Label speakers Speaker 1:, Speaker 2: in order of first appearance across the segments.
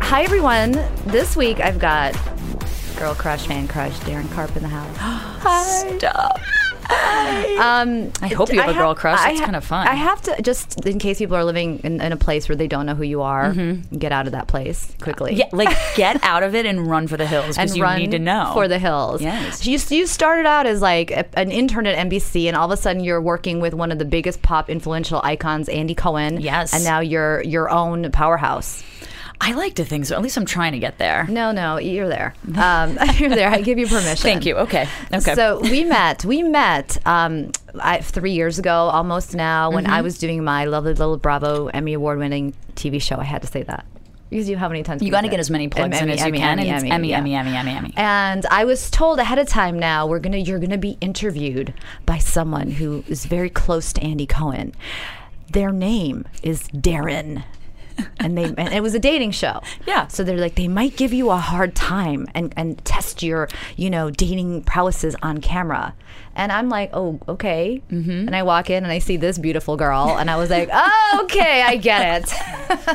Speaker 1: Hi everyone. This week I've got girl crush, fan crush, Darren Carp in the house. Hi. Stop. Um,
Speaker 2: I hope you have a girl crush.
Speaker 1: I
Speaker 2: It's
Speaker 1: ha-
Speaker 2: kind of fun.
Speaker 1: I have to just in case people are living in, in a place where they don't know who you are, get out of that place quickly.
Speaker 2: Mm-hmm. Yeah, like get out of it and run for the hills
Speaker 1: and
Speaker 2: because you
Speaker 1: run
Speaker 2: need to know
Speaker 1: for the hills.
Speaker 2: Yes.
Speaker 1: you, you started out as like a, an intern at NBC, and all of a sudden you're working with one of the biggest pop influential icons, Andy Cohen.
Speaker 2: Yes.
Speaker 1: and now you're your own powerhouse.
Speaker 2: I like to think so. At least I'm trying to get there.
Speaker 1: No, no, you're there. Um, you're there. I give you permission.
Speaker 2: Thank you. Okay. Okay.
Speaker 1: So we met. We met um, I, three years ago, almost now, when
Speaker 2: Mm-hmm.
Speaker 1: I was doing my lovely little Bravo Emmy award-winning TV show. I had to say that because you how many times
Speaker 2: you got to get as many plugs in as you can. and it's Emmy, Emmy, Emmy, Emmy, Emmy.
Speaker 1: And I was told ahead of time now we're gonna you're gonna be interviewed by someone who is very close to Andy Cohen. Their name is Darren. And they and it was a dating show.
Speaker 2: Yeah.
Speaker 1: So they're like they might give you a hard time and, and test your, you know, dating prowesses on camera. And I'm like, oh, okay. Mm-hmm. And I walk in and I see this beautiful girl, and I was like, oh, okay, I get it.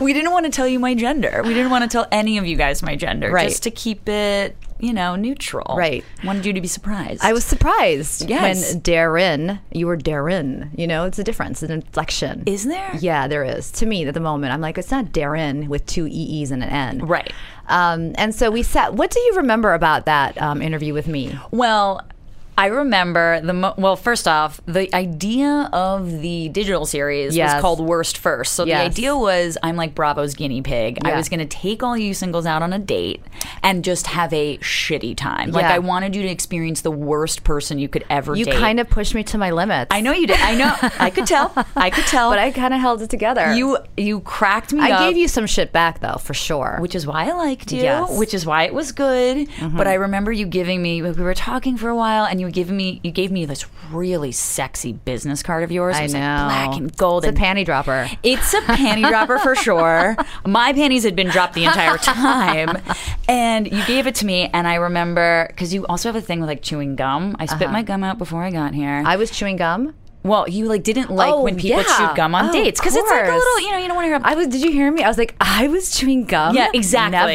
Speaker 2: we didn't want to tell you my gender. We didn't want to tell any of you guys my gender.
Speaker 1: Right.
Speaker 2: Just to keep it, you know, neutral.
Speaker 1: Right.
Speaker 2: Wanted you to be surprised.
Speaker 1: I was surprised
Speaker 2: Yes.
Speaker 1: when Darren, you were Darren. You know, it's a difference, an inflection.
Speaker 2: Is there?
Speaker 1: Yeah, there is. To me, at the moment, I'm like, it's not Darren with two EEs and an N.
Speaker 2: Right.
Speaker 1: Um, and so we sat. What do you remember about that um, interview with me?
Speaker 2: Well, I remember the mo- well. First off, the idea of the digital series
Speaker 1: Yes.
Speaker 2: was called Worst First. So the
Speaker 1: Yes.
Speaker 2: idea was I'm like Bravo's guinea pig.
Speaker 1: Yeah.
Speaker 2: I was going to take all you singles out on a date and just have a shitty time. Like
Speaker 1: Yeah.
Speaker 2: I wanted you to experience the worst person you could ever.
Speaker 1: You
Speaker 2: date.
Speaker 1: kind of pushed me to my limits.
Speaker 2: I know you did. I know. I could tell. I could tell.
Speaker 1: but I kind of held it together.
Speaker 2: you you cracked me.
Speaker 1: I
Speaker 2: up
Speaker 1: gave you some shit back though, for sure.
Speaker 2: which is why I liked you,
Speaker 1: Yes. Mm-hmm.
Speaker 2: which is why it was good. But I remember you giving me we were talking for a while, and you were giving me you gave me this really sexy business card of yours.
Speaker 1: I
Speaker 2: it was
Speaker 1: know,
Speaker 2: like black and gold.
Speaker 1: It's
Speaker 2: and
Speaker 1: a panty dropper.
Speaker 2: It's a panty dropper for sure. My panties had been dropped the entire time. And you gave it to me, and I remember because you also have a thing with like chewing gum. I spit my gum out before I got here.
Speaker 1: Uh-huh. I was chewing gum.
Speaker 2: well, you like didn't like
Speaker 1: Oh,
Speaker 2: when people
Speaker 1: yeah.
Speaker 2: chewed gum on
Speaker 1: Oh,
Speaker 2: dates because it's like a
Speaker 1: course.
Speaker 2: little, you know, you don't want to hear.
Speaker 1: I was. Did you hear me? I was like, I was chewing gum.
Speaker 2: Yeah, exactly.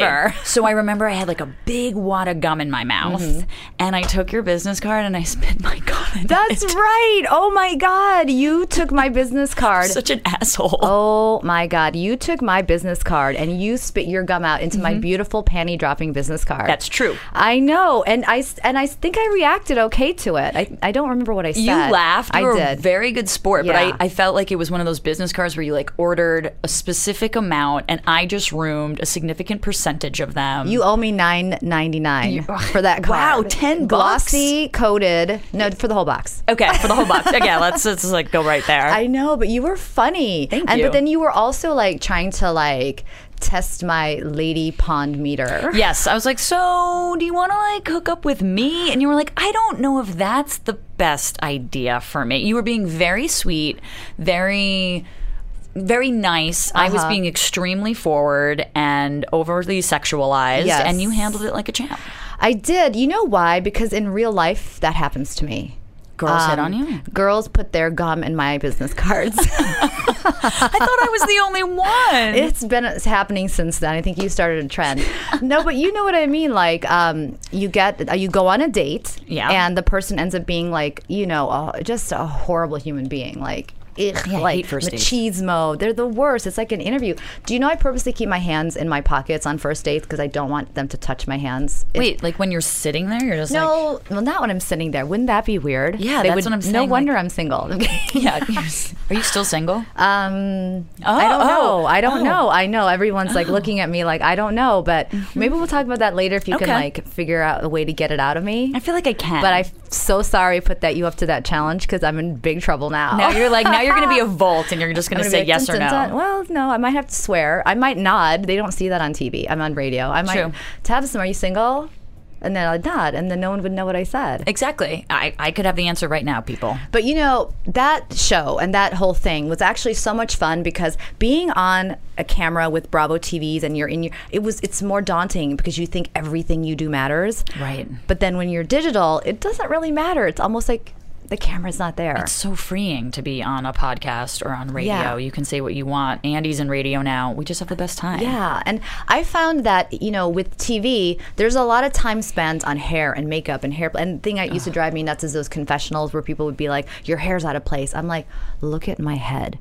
Speaker 1: Never.
Speaker 2: So I remember I had like a big wad of gum in my mouth, and I took your business card and I spit my gum. in
Speaker 1: Mm-hmm. That's
Speaker 2: it.
Speaker 1: right. Oh my God. You took my business card.
Speaker 2: Such an asshole.
Speaker 1: Oh my God. You took my business card and you spit your gum out into my beautiful panty dropping business card.
Speaker 2: That's true.
Speaker 1: I know. And I, s- and I think I reacted okay to it. I, I don't remember what I said.
Speaker 2: You laughed. You
Speaker 1: I
Speaker 2: were a
Speaker 1: did.
Speaker 2: very good sport,
Speaker 1: Yeah.
Speaker 2: but I, I felt like it was one of those business cards where you like ordered a specific amount, and I just roomed a significant percentage of them.
Speaker 1: you owe me nine ninety nine for that
Speaker 2: Wow,
Speaker 1: card.
Speaker 2: 10 bucks?
Speaker 1: glossy coated. No, for the whole box.
Speaker 2: okay for the whole box? Okay, let's let's just like go right there.
Speaker 1: I know, but you were funny.
Speaker 2: Thank
Speaker 1: and
Speaker 2: you.
Speaker 1: but then you were also like trying to like test my lady pond meter.
Speaker 2: Yes, I was like, so do you want to like hook up with me? And you were like, I don't know if that's the best idea for me. You were being very sweet, very, very nice. I was being extremely forward and overly sexualized,
Speaker 1: Yes.
Speaker 2: and you handled it like a champ.
Speaker 1: I did. You know why? Because in real life, that happens to me.
Speaker 2: Girls hit
Speaker 1: Um,
Speaker 2: on you.
Speaker 1: Girls put their gum in my business cards.
Speaker 2: I thought I was the only one.
Speaker 1: it's been it's happening since then. I think you started a trend. no, but you know what I mean. Like, um, you get uh, you go on a date,
Speaker 2: Yeah.
Speaker 1: and the person ends up being like, you know, a, just a horrible human being. Like, ugh,
Speaker 2: Yeah, I
Speaker 1: like
Speaker 2: hate first dates.
Speaker 1: machismo. They're the worst. It's like an interview. Do you know I purposely keep my hands in my pockets on first dates because I don't want them to touch my hands. If-
Speaker 2: Wait, like when you're sitting there, you're just like,
Speaker 1: no, well, not when I'm sitting there. Wouldn't that be weird?
Speaker 2: Yeah,
Speaker 1: They would-
Speaker 2: that's what I'm
Speaker 1: No
Speaker 2: saying,
Speaker 1: wonder I'm single.
Speaker 2: yeah. you're s- Are you still single?
Speaker 1: Um,
Speaker 2: Oh,
Speaker 1: I don't know.
Speaker 2: oh,
Speaker 1: I don't
Speaker 2: oh.
Speaker 1: know. I know everyone's like looking at me like I don't know, but maybe we'll talk about that later if you
Speaker 2: Mm-hmm. Okay.
Speaker 1: can like figure out a way to get it out of me.
Speaker 2: I feel like I can.
Speaker 1: But I'm so sorry I put that you up to that challenge because I'm in big trouble now.
Speaker 2: now you're like now you're gonna be a vault and you're just gonna,
Speaker 1: I'm gonna be
Speaker 2: say
Speaker 1: like,
Speaker 2: yes
Speaker 1: dun,
Speaker 2: or no.
Speaker 1: dun, dun. Well, no, I might have to swear. I might nod. They don't see that on TV. I'm on radio. I might
Speaker 2: True.
Speaker 1: Tabitha, are you single? And then I'd nod, and then no one would know what I said.
Speaker 2: Exactly. I, I could have the answer right now, people.
Speaker 1: But you know, that show and that whole thing was actually so much fun because being on a camera with Bravo TVs and you're in your it was it's more daunting because you think everything you do matters.
Speaker 2: Right.
Speaker 1: But then when you're digital, it doesn't really matter. It's almost like the camera's not there.
Speaker 2: It's so freeing to be on a podcast or on radio.
Speaker 1: Yeah.
Speaker 2: You can say what you want. Andy's in radio now. We just have the best time.
Speaker 1: Yeah, and I found that you know with TV, there's a lot of time spent on hair and makeup and hair. And the thing that used to drive me nuts is those confessionals where people would be like, "Your hair's out of place." I'm like, "Look at my head."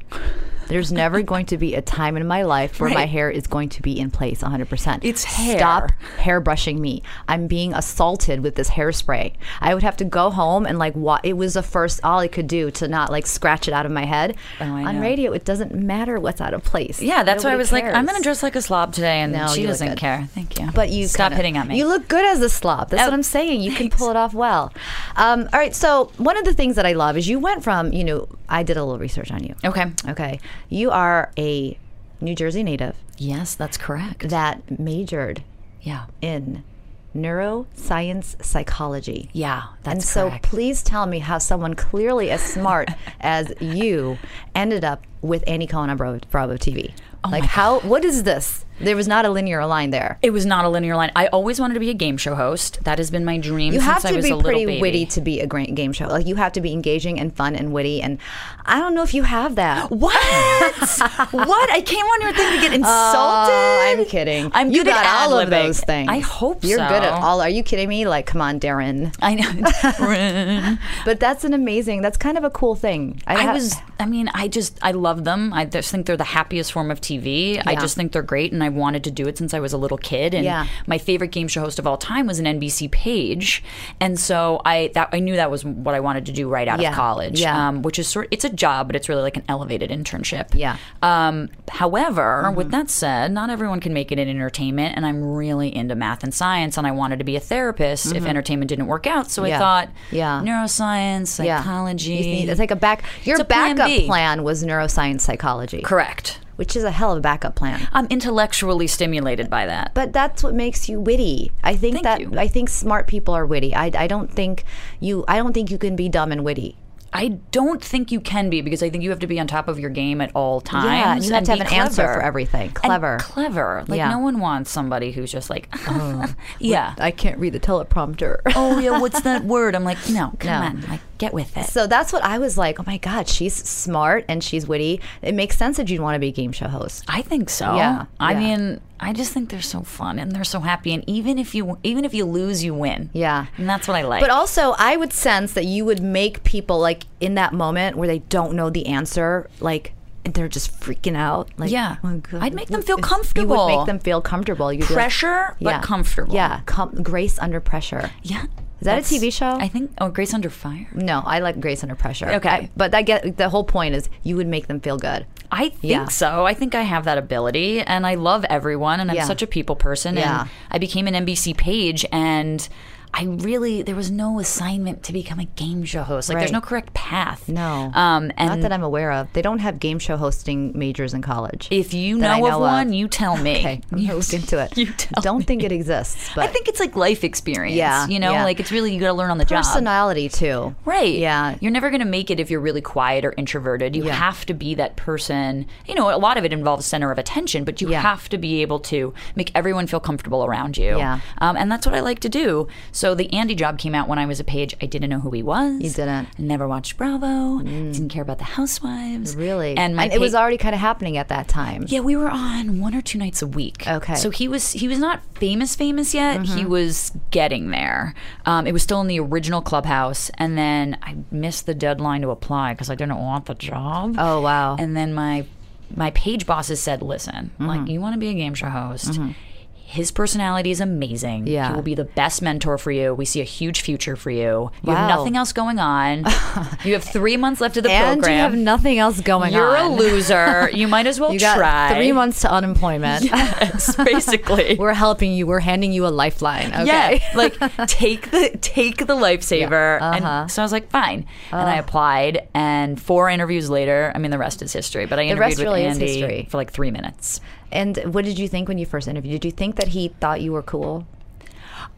Speaker 1: There's never going to be a time in my life where my
Speaker 2: Right.
Speaker 1: hair is going to be in place 100%.
Speaker 2: It's
Speaker 1: Stop
Speaker 2: hair.
Speaker 1: hairbrushing me. I'm being assaulted with this hairspray. I would have to go home and like wa- it was the first all I could do to not like scratch it out of my head.
Speaker 2: Oh, I
Speaker 1: On
Speaker 2: know.
Speaker 1: radio, it doesn't matter what's out of place.
Speaker 2: Yeah, that's why I
Speaker 1: Nobody
Speaker 2: was like, I'm
Speaker 1: cares.
Speaker 2: gonna dress like a slob today, and
Speaker 1: No,
Speaker 2: she
Speaker 1: you look
Speaker 2: doesn't
Speaker 1: good.
Speaker 2: care. Thank you.
Speaker 1: But you
Speaker 2: stop
Speaker 1: kinda-
Speaker 2: hitting at me.
Speaker 1: You look good as a slob. That's
Speaker 2: Oh,
Speaker 1: what I'm saying. You can pull it off well. Um, all right. So one of the things that I love is you went from you know I did a little research on you.
Speaker 2: okay.
Speaker 1: Okay. You are a New Jersey native
Speaker 2: Yes, that's correct.
Speaker 1: that majored
Speaker 2: yeah.
Speaker 1: in neuroscience psychology.
Speaker 2: Yeah,
Speaker 1: and
Speaker 2: that's
Speaker 1: so
Speaker 2: correct.
Speaker 1: please tell me how someone clearly as smart as you ended up with Annie Cohen on Bravo, Bravo TV.
Speaker 2: Oh
Speaker 1: like how? What is this? There was not a linear line there.
Speaker 2: It was not a linear line. I always wanted to be a game show host. That has been my dream
Speaker 1: You
Speaker 2: since
Speaker 1: have
Speaker 2: I
Speaker 1: to
Speaker 2: was
Speaker 1: be
Speaker 2: a little
Speaker 1: pretty
Speaker 2: baby.
Speaker 1: witty to be a great game show. Like you have to be engaging and fun and witty, and I don't know if you have that.
Speaker 2: What? what? I came on your thing to get insulted.
Speaker 1: Oh, I'm kidding.
Speaker 2: I'm
Speaker 1: you
Speaker 2: good
Speaker 1: got
Speaker 2: at
Speaker 1: all of
Speaker 2: ad-libbing.
Speaker 1: those things.
Speaker 2: I hope
Speaker 1: you're
Speaker 2: so.
Speaker 1: good at all. Are you kidding me? Like, come on, Darren.
Speaker 2: I know.
Speaker 1: But that's an amazing. That's kind of a cool thing.
Speaker 2: I
Speaker 1: ha-
Speaker 2: was. I mean, I just. I love them. I just think they're the happiest form of TV. I
Speaker 1: Yeah.
Speaker 2: just think they're great, and I wanted to do it since I was a little kid. And
Speaker 1: Yeah.
Speaker 2: my favorite game show host of all time was an NBC page, and so I that I knew that was what I wanted to do right out
Speaker 1: Yeah.
Speaker 2: of college.
Speaker 1: Yeah.
Speaker 2: Um, which is sort. It's a job, but it's really like an elevated internship.
Speaker 1: Yeah. Mm-hmm.
Speaker 2: Um, however, with that said, not everyone can make it in entertainment, and I'm really into math and science, and I wanted to be a therapist if entertainment didn't work out. So
Speaker 1: Mm-hmm. Yeah.
Speaker 2: I thought,
Speaker 1: Yeah.
Speaker 2: neuroscience,
Speaker 1: Yeah.
Speaker 2: psychology.
Speaker 1: You see, It's like a back. Your
Speaker 2: It's a plan
Speaker 1: backup
Speaker 2: B.
Speaker 1: plan was neuroscience psychology,
Speaker 2: Correct.
Speaker 1: which is a hell of a backup plan.
Speaker 2: I'm intellectually stimulated by that.
Speaker 1: but that's what makes you witty. I think
Speaker 2: Thank
Speaker 1: that
Speaker 2: you.
Speaker 1: I think smart people are witty. I, I don't think you I don't think you can be dumb and witty.
Speaker 2: I don't think you can be because I think you have to be on top of your game at all times.
Speaker 1: you have
Speaker 2: and
Speaker 1: to have
Speaker 2: be
Speaker 1: an answer
Speaker 2: clever.
Speaker 1: for everything.
Speaker 2: And
Speaker 1: Clever.
Speaker 2: clever. Like
Speaker 1: Yeah. Oh.
Speaker 2: no one wants somebody who's just like, yeah.
Speaker 1: I can't read the teleprompter.
Speaker 2: Ah. oh yeah, what's that word? I'm like, no, come
Speaker 1: No.
Speaker 2: on, like get with it.
Speaker 1: So that's what I was like. Oh my God, she's smart and she's witty. It makes sense that you'd want to be a game show host.
Speaker 2: I think so.
Speaker 1: Yeah,
Speaker 2: I
Speaker 1: yeah.
Speaker 2: mean, I just think they're so fun and they're so happy. And even if you even if you lose, you win.
Speaker 1: Yeah.
Speaker 2: And that's what I like.
Speaker 1: But also, I would sense that you would make people like in that moment where they don't know the answer, like they're just freaking out. Like,
Speaker 2: Yeah.
Speaker 1: oh my God,
Speaker 2: I'd make them
Speaker 1: what
Speaker 2: feel
Speaker 1: is- You
Speaker 2: comfortable.
Speaker 1: would make them feel comfortable. You'd be like-
Speaker 2: Pressure, but comfortable.
Speaker 1: Yeah, com- grace under pressure.
Speaker 2: yeah. Is
Speaker 1: that a TV show?
Speaker 2: I think. Oh, Grace Under Fire.
Speaker 1: No, I like grace under pressure.
Speaker 2: Okay.
Speaker 1: I- but I get the whole point is you would make them feel good.
Speaker 2: I think
Speaker 1: Yeah.
Speaker 2: so. I think I have that ability and I love everyone and I'm
Speaker 1: Yeah.
Speaker 2: such a people person
Speaker 1: Yeah.
Speaker 2: and I became an NBC page and I really there was no assignment to become a game show host. Like there's
Speaker 1: Right.
Speaker 2: no correct path.
Speaker 1: No,
Speaker 2: Um and
Speaker 1: not that I'm aware of. They don't have game show hosting majors in college.
Speaker 2: if you
Speaker 1: that I
Speaker 2: know,
Speaker 1: know
Speaker 2: of
Speaker 1: of.
Speaker 2: one, you tell me.
Speaker 1: okay, I'm
Speaker 2: You-
Speaker 1: gonna look into it.
Speaker 2: You tell
Speaker 1: don't
Speaker 2: me.
Speaker 1: think it exists, but
Speaker 2: I think it's like life experience.
Speaker 1: Yeah,
Speaker 2: You know,
Speaker 1: yeah.
Speaker 2: like it's really you gotta learn on the job.
Speaker 1: personality too.
Speaker 2: Right.
Speaker 1: Yeah.
Speaker 2: You're never going to make it if you're really quiet or introverted. You
Speaker 1: Yeah.
Speaker 2: have to be that person. You know, a lot of it involves center of attention, but you
Speaker 1: Yeah.
Speaker 2: have to be able to make everyone feel comfortable around you.
Speaker 1: Yeah.
Speaker 2: Um, and that's what I like to do. So So the Andy job came out when I was a page. I didn't know who he was. You
Speaker 1: didn't. Mm.
Speaker 2: Never watched Bravo. Didn't care about the Housewives.
Speaker 1: Really?
Speaker 2: And my
Speaker 1: it was
Speaker 2: pa-
Speaker 1: already kind of happening at that time.
Speaker 2: yeah, we were on one or two nights a week.
Speaker 1: Okay. Mm-hmm.
Speaker 2: So he was he was not famous famous yet. He was getting there. Um, it was still in the original clubhouse, and then I missed the deadline to apply because I didn't want the job.
Speaker 1: Oh, wow.
Speaker 2: And then my my page bosses said, "Listen,
Speaker 1: Mm-hmm.
Speaker 2: like you want to be a game show host." His personality is amazing.
Speaker 1: Yeah.
Speaker 2: He will be the best mentor for you. We see a huge future for you. You
Speaker 1: Wow.
Speaker 2: have nothing else going on. you have three months left of the
Speaker 1: and
Speaker 2: program.
Speaker 1: you have nothing else going
Speaker 2: You're
Speaker 1: on.
Speaker 2: a loser. You might as well
Speaker 1: You got
Speaker 2: try.
Speaker 1: three months to unemployment.
Speaker 2: Yes, basically.
Speaker 1: We're helping you. We're handing you a lifeline. Okay.
Speaker 2: Yeah, like take the take the lifesaver.
Speaker 1: Uh-huh.
Speaker 2: And so I was like, fine. And
Speaker 1: Uh.
Speaker 2: I applied, and four interviews later, I mean, the rest is history. But I interviewed
Speaker 1: rest
Speaker 2: with
Speaker 1: really is
Speaker 2: Andy
Speaker 1: history.
Speaker 2: for like three minutes.
Speaker 1: And what did you think when you first interviewed? Did you think that he thought you were cool?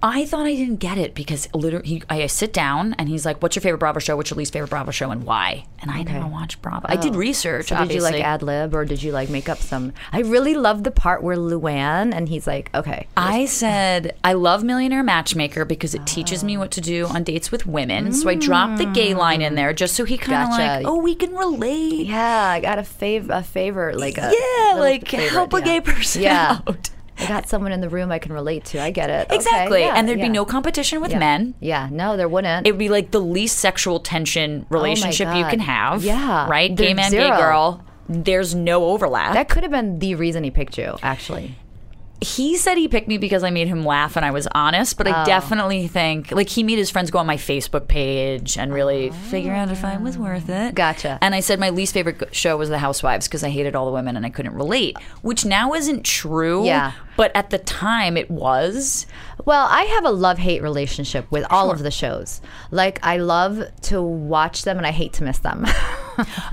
Speaker 2: I thought I didn't get it because literally, he, I sit down and he's like, "What's your favorite Bravo show? What's your least favorite Bravo show, and why?" And I never watched Bravo. I did research.
Speaker 1: Oh. So did you like
Speaker 2: obviously.
Speaker 1: ad lib or did you like make up some? I really love the part where Luann and he's like, okay,
Speaker 2: I said, I love Millionaire Matchmaker because it teaches
Speaker 1: Oh.
Speaker 2: me what to do on dates with women. So I dropped the gay line in there just so he kind of
Speaker 1: Mm. Gotcha.
Speaker 2: like, oh, we can relate.
Speaker 1: yeah, I got a fav a favor like a
Speaker 2: Yeah,
Speaker 1: little
Speaker 2: like
Speaker 1: favorite,
Speaker 2: help a
Speaker 1: yeah.
Speaker 2: gay person
Speaker 1: Yeah.
Speaker 2: out.
Speaker 1: I got someone in the room I can relate to. I get it Okay,
Speaker 2: Exactly.
Speaker 1: yeah,
Speaker 2: and there'd
Speaker 1: yeah.
Speaker 2: be no competition with men.
Speaker 1: Yeah, no, there wouldn't.
Speaker 2: It would be like the least sexual tension relationship you
Speaker 1: Oh God.
Speaker 2: can have.
Speaker 1: Yeah.
Speaker 2: Right? gay
Speaker 1: There's
Speaker 2: man, gay
Speaker 1: zero.
Speaker 2: girl. There's no overlap.
Speaker 1: that could have been the reason he picked you, actually.
Speaker 2: he said he picked me because I made him laugh and I was honest, but
Speaker 1: Oh.
Speaker 2: I definitely think like he made his friends go on my Facebook page and really figure out if I was worth it.
Speaker 1: Oh. Gotcha.
Speaker 2: And I said my least favorite go- show was The Housewives because I hated all the women and I couldn't relate, which now isn't true.
Speaker 1: Yeah.
Speaker 2: But at the time it was.
Speaker 1: Well, I have a love hate relationship with all of the shows. Like, I love to watch them and I hate to miss them.